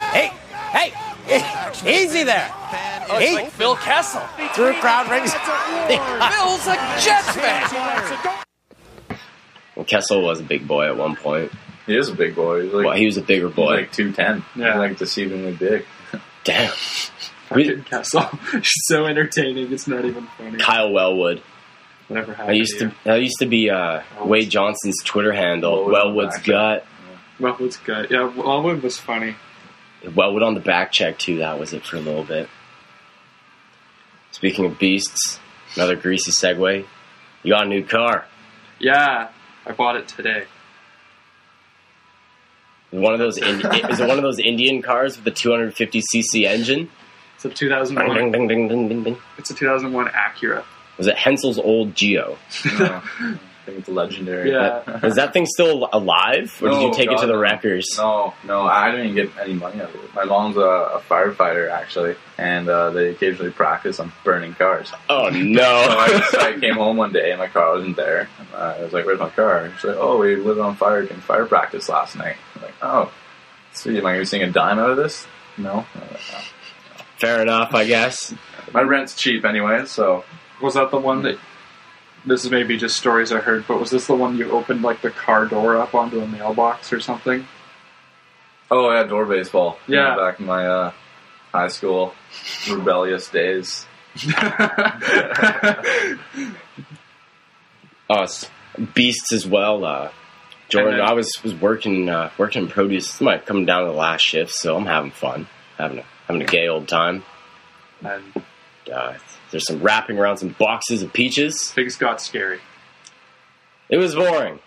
Speaker 6: Hey, hey, easy there.
Speaker 1: Oh,
Speaker 6: Hey.
Speaker 1: it's like Phil Kessel.
Speaker 6: Through crowd rings.
Speaker 1: Phil's a Jets fan.
Speaker 3: Well, Kessel was a big boy at one point.
Speaker 5: He is a big boy. He's like,
Speaker 3: Well, he was a bigger
Speaker 5: he's
Speaker 3: boy.
Speaker 5: like 210.
Speaker 4: Yeah.
Speaker 5: He's like deceivingly big.
Speaker 3: Damn.
Speaker 4: Fucking Kessel. *laughs* so entertaining. It's not even funny.
Speaker 3: Kyle Wellwood.
Speaker 4: Whatever
Speaker 3: I
Speaker 4: happened
Speaker 3: used to
Speaker 4: you.
Speaker 3: that used to be uh, Wade Johnson's Twitter handle.
Speaker 5: Wellwood
Speaker 3: Wellwood's
Speaker 5: on the
Speaker 3: gut.
Speaker 4: Wellwood's good. Yeah, Wellwood was funny.
Speaker 3: Wellwood on the back check too. That was it for a little bit. Speaking of beasts, another greasy segue. You got a new car.
Speaker 4: Yeah, I bought it today.
Speaker 3: One of those Indi- *laughs* is it one of those Indian cars with the 250 cc engine?
Speaker 4: It's a
Speaker 3: Ding,
Speaker 4: 2001.
Speaker 3: ding, ding, ding, ding, ding, ding.
Speaker 4: It's a 2001 Acura.
Speaker 3: Was it Hensel's old Geo?
Speaker 5: *laughs* No. I think it's
Speaker 3: *laughs*
Speaker 5: legendary.
Speaker 4: Yeah.
Speaker 3: Is that thing still alive, or did you
Speaker 5: No,
Speaker 3: take it to
Speaker 5: Oh, God,
Speaker 3: the
Speaker 5: no.
Speaker 3: wreckers?
Speaker 5: No, no, I didn't get any money out of it. My mom's a, a firefighter actually, and uh, they occasionally practice on burning cars.
Speaker 3: Oh *laughs*
Speaker 5: So
Speaker 3: no!
Speaker 5: I just I came home one day and my car wasn't there. And I was like, "Where's my car?" And she's like, "Oh, we lit it on fire during fire practice last night." I'm like, "Oh, sweet. Am I going to be seeing a dime out of this?" No. I'm like, "Oh."
Speaker 3: Fair enough, I guess.
Speaker 5: My rent's cheap anyway, so
Speaker 4: Was that the one that? This is maybe just stories I heard, but was this the one you opened like the car door up onto a mailbox or something?
Speaker 5: Oh yeah, door baseball.
Speaker 4: Yeah.
Speaker 5: back in my uh, high school rebellious days.
Speaker 3: us beasts Oh, as well. Uh, Jordan,
Speaker 4: And then-
Speaker 3: I was was working uh, working in produce. This might come down to the last shift, so I'm having fun, having a having a gay old time.
Speaker 4: And
Speaker 3: Uh, there's some wrapping around some boxes of peaches.
Speaker 4: things got scary. *laughs*
Speaker 3: It was boring.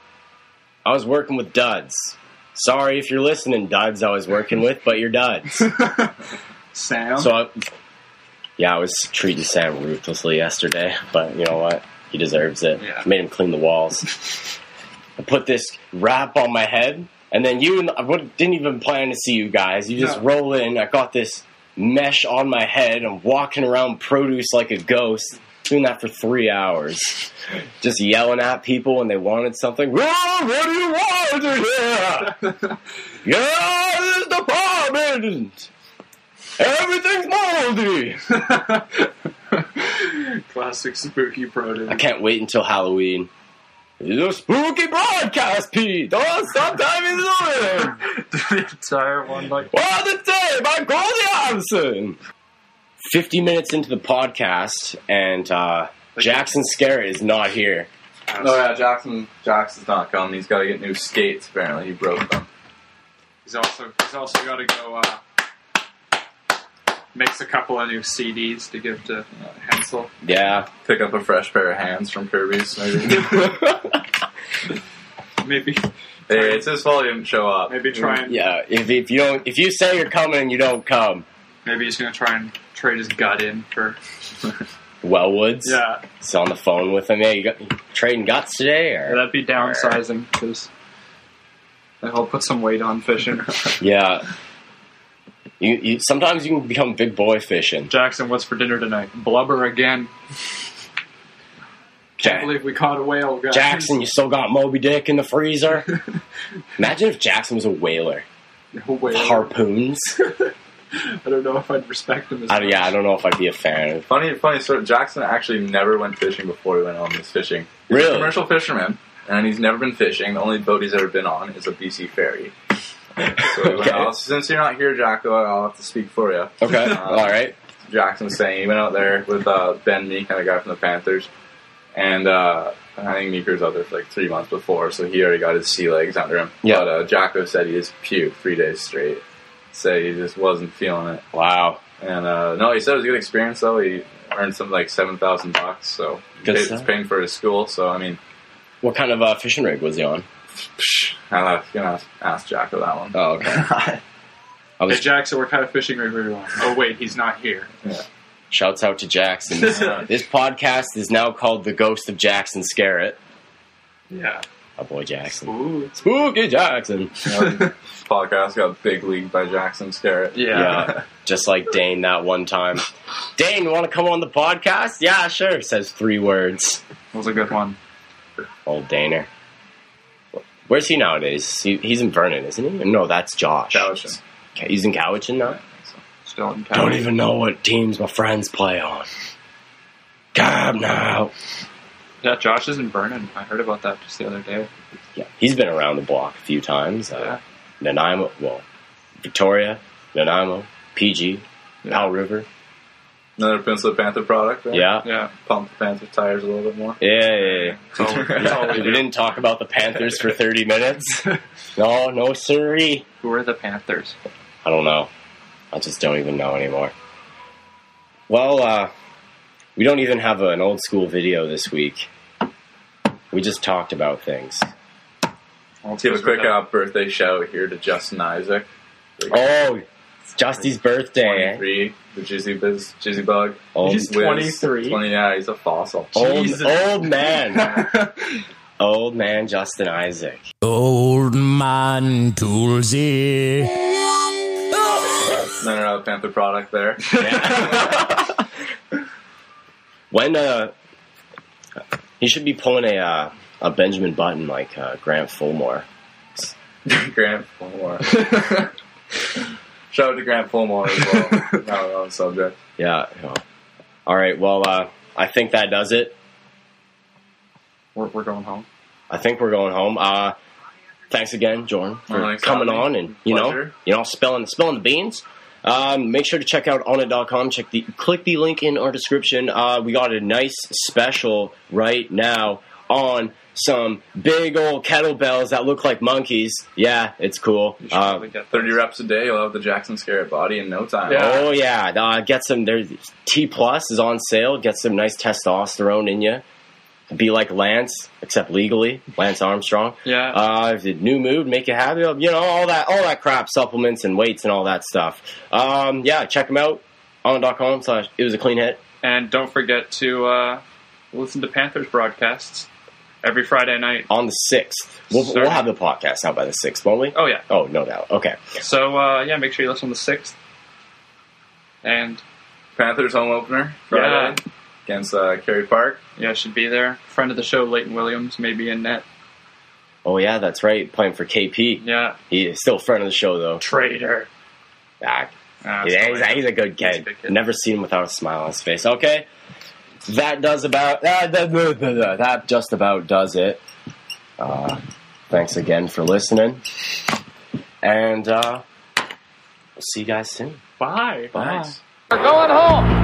Speaker 3: I was working with duds. Sorry if you're listening, duds. I was working with, but you're duds.
Speaker 4: *laughs* Sam.
Speaker 3: So, I, yeah, I was treating Sam ruthlessly yesterday, but you know what? He deserves it.
Speaker 4: Yeah.
Speaker 3: Made him clean the walls. I put this wrap on my head, and then you and I would- didn't even plan to see you guys. You just
Speaker 4: No.
Speaker 3: roll in. I got this mesh on my head. I'm walking around produce like a ghost, doing that for three hours, just yelling at people when they wanted something. "Well, what do you want in here? Yeah, this is the problem. Everything's moldy.
Speaker 4: Classic spooky pro day.
Speaker 3: I
Speaker 4: *laughs*
Speaker 3: can't wait until Halloween. The spooky broadcast, Pete. Oh, sometime is over.
Speaker 4: the entire one, like,
Speaker 3: Well, the day by Goldie Armson. Fifty minutes into the podcast, and uh, Jackson Scarrett is not here.
Speaker 5: Oh yeah, Jackson. Jackson's not coming. He's got to get new skates. Apparently, he broke them.
Speaker 4: he's also he's also got to go uh, mix a couple of new CDs to give to uh, Hensel. *laughs*
Speaker 3: Yeah,
Speaker 5: Pick up a fresh pair of hands from Kirby's.
Speaker 4: *laughs*
Speaker 5: Maybe.
Speaker 4: Maybe
Speaker 5: hey, it's his fault he didn't show up.
Speaker 4: maybe try and
Speaker 3: yeah. If, if you don't, if you say you're coming and you don't come,
Speaker 4: maybe he's gonna try and trade his gut in for
Speaker 3: Wellwoods.
Speaker 4: yeah.
Speaker 3: is on the phone with him. Yeah, you got you trading guts today, or
Speaker 4: That'd be downsizing because that'll put some weight
Speaker 3: *laughs*
Speaker 4: on fishing.
Speaker 3: yeah. You, you sometimes you can become big boy fishing.
Speaker 4: Jackson, what's for dinner tonight? Blubber again. Can't
Speaker 3: Ja-
Speaker 4: believe we caught a whale, guys.
Speaker 3: Jackson, you still got Moby Dick in the *laughs* freezer. Imagine if Jackson was a whaler,
Speaker 4: *laughs* A whale.
Speaker 3: harpoons.
Speaker 4: I don't know if I'd respect him as
Speaker 3: I, yeah, I don't know if I'd be a fan. of
Speaker 5: Funny, funny story. Jackson actually never went fishing before he went on this fishing. He's a
Speaker 3: Really?
Speaker 5: commercial fisherman, and he's never been fishing. The only boat he's ever been on is a BC ferry. So he
Speaker 3: *laughs*
Speaker 5: went
Speaker 3: Okay.
Speaker 5: out. Since you're not here, Jacko, I'll have to speak for you.
Speaker 3: *laughs* Okay, all right.
Speaker 5: Jackson was saying he went out there with uh, Ben Meek and the guy from the Panthers, and uh, I think Meeker was out there for like three months before, so he already got his sea legs under him.
Speaker 3: Yeah.
Speaker 5: But uh, Jacko said he just puked three days straight. Said he just wasn't feeling it,
Speaker 3: Wow.
Speaker 5: and uh, no, he said it was a good experience though. He earned something like seven thousand bucks, so
Speaker 3: Good
Speaker 5: it's
Speaker 3: stuff.
Speaker 5: paying for his school. So I mean,
Speaker 3: What kind of uh, fishing rig was he on?
Speaker 5: psh, I'm not gonna ask, ask Jacko
Speaker 3: *laughs*
Speaker 5: that one. *laughs*
Speaker 3: Oh, okay. I
Speaker 4: Hey,
Speaker 3: was
Speaker 4: Jackson, what kind of fishing rig were you on? Oh, wait, he's
Speaker 3: *laughs*
Speaker 4: not here.
Speaker 3: shouts out to *laughs* Jackson. this podcast is now called "The Ghost of Jackson Scarrett."
Speaker 4: Yeah.
Speaker 3: Oh boy, Jackson.
Speaker 4: Ooh.
Speaker 3: Spooky Jackson.
Speaker 5: Podcast got big league by Jackson
Speaker 4: *laughs*
Speaker 5: Scarrett.
Speaker 3: Yeah, just like Dane that one time. Dane, want to come on the podcast? Yeah, sure. Says three words.
Speaker 4: That was a good one.
Speaker 3: Old Daner. Where's he nowadays? He, he's in Vernon, isn't he? No, that's Josh.
Speaker 5: Cowichan.
Speaker 3: Okay, He's in Cowichan now.
Speaker 4: Still in
Speaker 3: Don't
Speaker 4: town.
Speaker 3: even know what teams my friends play on. God now.
Speaker 4: Yeah, Josh is in Vernon. I heard about that just the other day.
Speaker 3: Yeah, he's been around the block a few times. Uh, Nanaimo, well, Victoria, Nanaimo, PG, Powell River.
Speaker 5: Another Peninsula Panther product. right?
Speaker 3: Yeah.
Speaker 4: Yeah.
Speaker 5: pump the Panther tires a little bit more.
Speaker 3: Yeah, yeah, yeah.
Speaker 4: That's all, *laughs* that's
Speaker 3: *laughs*
Speaker 4: all
Speaker 3: we
Speaker 4: we do.
Speaker 3: didn't talk about the Panthers for 30 minutes. No, no, siree.
Speaker 4: Who are the Panthers?
Speaker 3: I don't know. I just don't even know anymore. Well, uh, we don't even have an old school video this week. We just talked about things.
Speaker 5: Let's give a quick uh, birthday shout out here to Justin Isaac.
Speaker 3: Oh, it's Justy's birthday. eh?
Speaker 5: 23, the Jizzy, Biz, Jizzy Bug.
Speaker 3: Old,
Speaker 4: He's
Speaker 5: Wiz,
Speaker 4: 23?
Speaker 5: 20, yeah, he's a fossil.
Speaker 3: old, old
Speaker 4: *laughs*
Speaker 3: man. old man Justin Isaac.
Speaker 6: Old man Toolsy.
Speaker 5: Another uh, Panther product there.
Speaker 3: When uh, he should be pulling a uh, a Benjamin Button like uh, Grant Fulmore.
Speaker 5: Grant Fulmore. shout out to Grant Fulmore as well. Now we're on the subject.
Speaker 3: Yeah. yeah. All right. Well, uh, I think that does it.
Speaker 4: We're, we're going home.
Speaker 3: I think we're going home. Uh, thanks again, Jordan, for
Speaker 5: Well, thanks for
Speaker 3: coming
Speaker 5: having
Speaker 3: on
Speaker 5: me.
Speaker 3: and you know,
Speaker 5: Pleasure.
Speaker 3: you know, spilling spilling the beans. Um, make sure to check out onit.com. Check the click the link in our description. Uh, we got a nice special right now on some big old kettlebells that look like monkeys. Yeah, it's cool.
Speaker 4: You should
Speaker 3: Uh,
Speaker 4: probably get
Speaker 5: 30
Speaker 4: those.
Speaker 5: reps a day, you'll have the Jackson Scarrett body in no time.
Speaker 4: Yeah.
Speaker 3: oh yeah, uh, get some. There's T plus is on sale. Get some nice testosterone in you. Be like Lance, except legally, Lance Armstrong.
Speaker 4: *laughs* Yeah.
Speaker 3: Uh, if the new mood, make it happy. You know all that, all that crap, supplements and weights and all that stuff. Um, yeah, check them out on .com slash it was a clean hit.
Speaker 4: and don't forget to uh, listen to Panthers broadcasts every Friday night.
Speaker 3: on the sixth. We'll,
Speaker 4: Sir.
Speaker 3: we'll have the podcast out by the sixth, won't we?
Speaker 4: Oh, yeah.
Speaker 3: Oh, no doubt. Okay.
Speaker 4: So, uh, yeah, make sure you listen on the 6th. And,
Speaker 5: Panthers home opener Friday against uh, Kerry Park.
Speaker 4: yeah, should be there. Friend of the show, Leighton Williams, maybe in net.
Speaker 3: Oh yeah, that's right. Playing for KP.
Speaker 4: Yeah.
Speaker 3: He is still a friend of the show though.
Speaker 4: Traitor.
Speaker 3: Ah,
Speaker 4: Ah,
Speaker 3: yeah,
Speaker 4: sorry.
Speaker 3: he's, a, he's a good
Speaker 4: He's a
Speaker 3: kid.
Speaker 4: good kid.
Speaker 3: Never seen him without a smile on his face. Okay. that does about uh, that, that, that- that- that just about does it. Uh, thanks again for listening, and uh, see you guys soon.
Speaker 4: Bye.
Speaker 3: Bye.
Speaker 4: Nice.
Speaker 1: We're going home.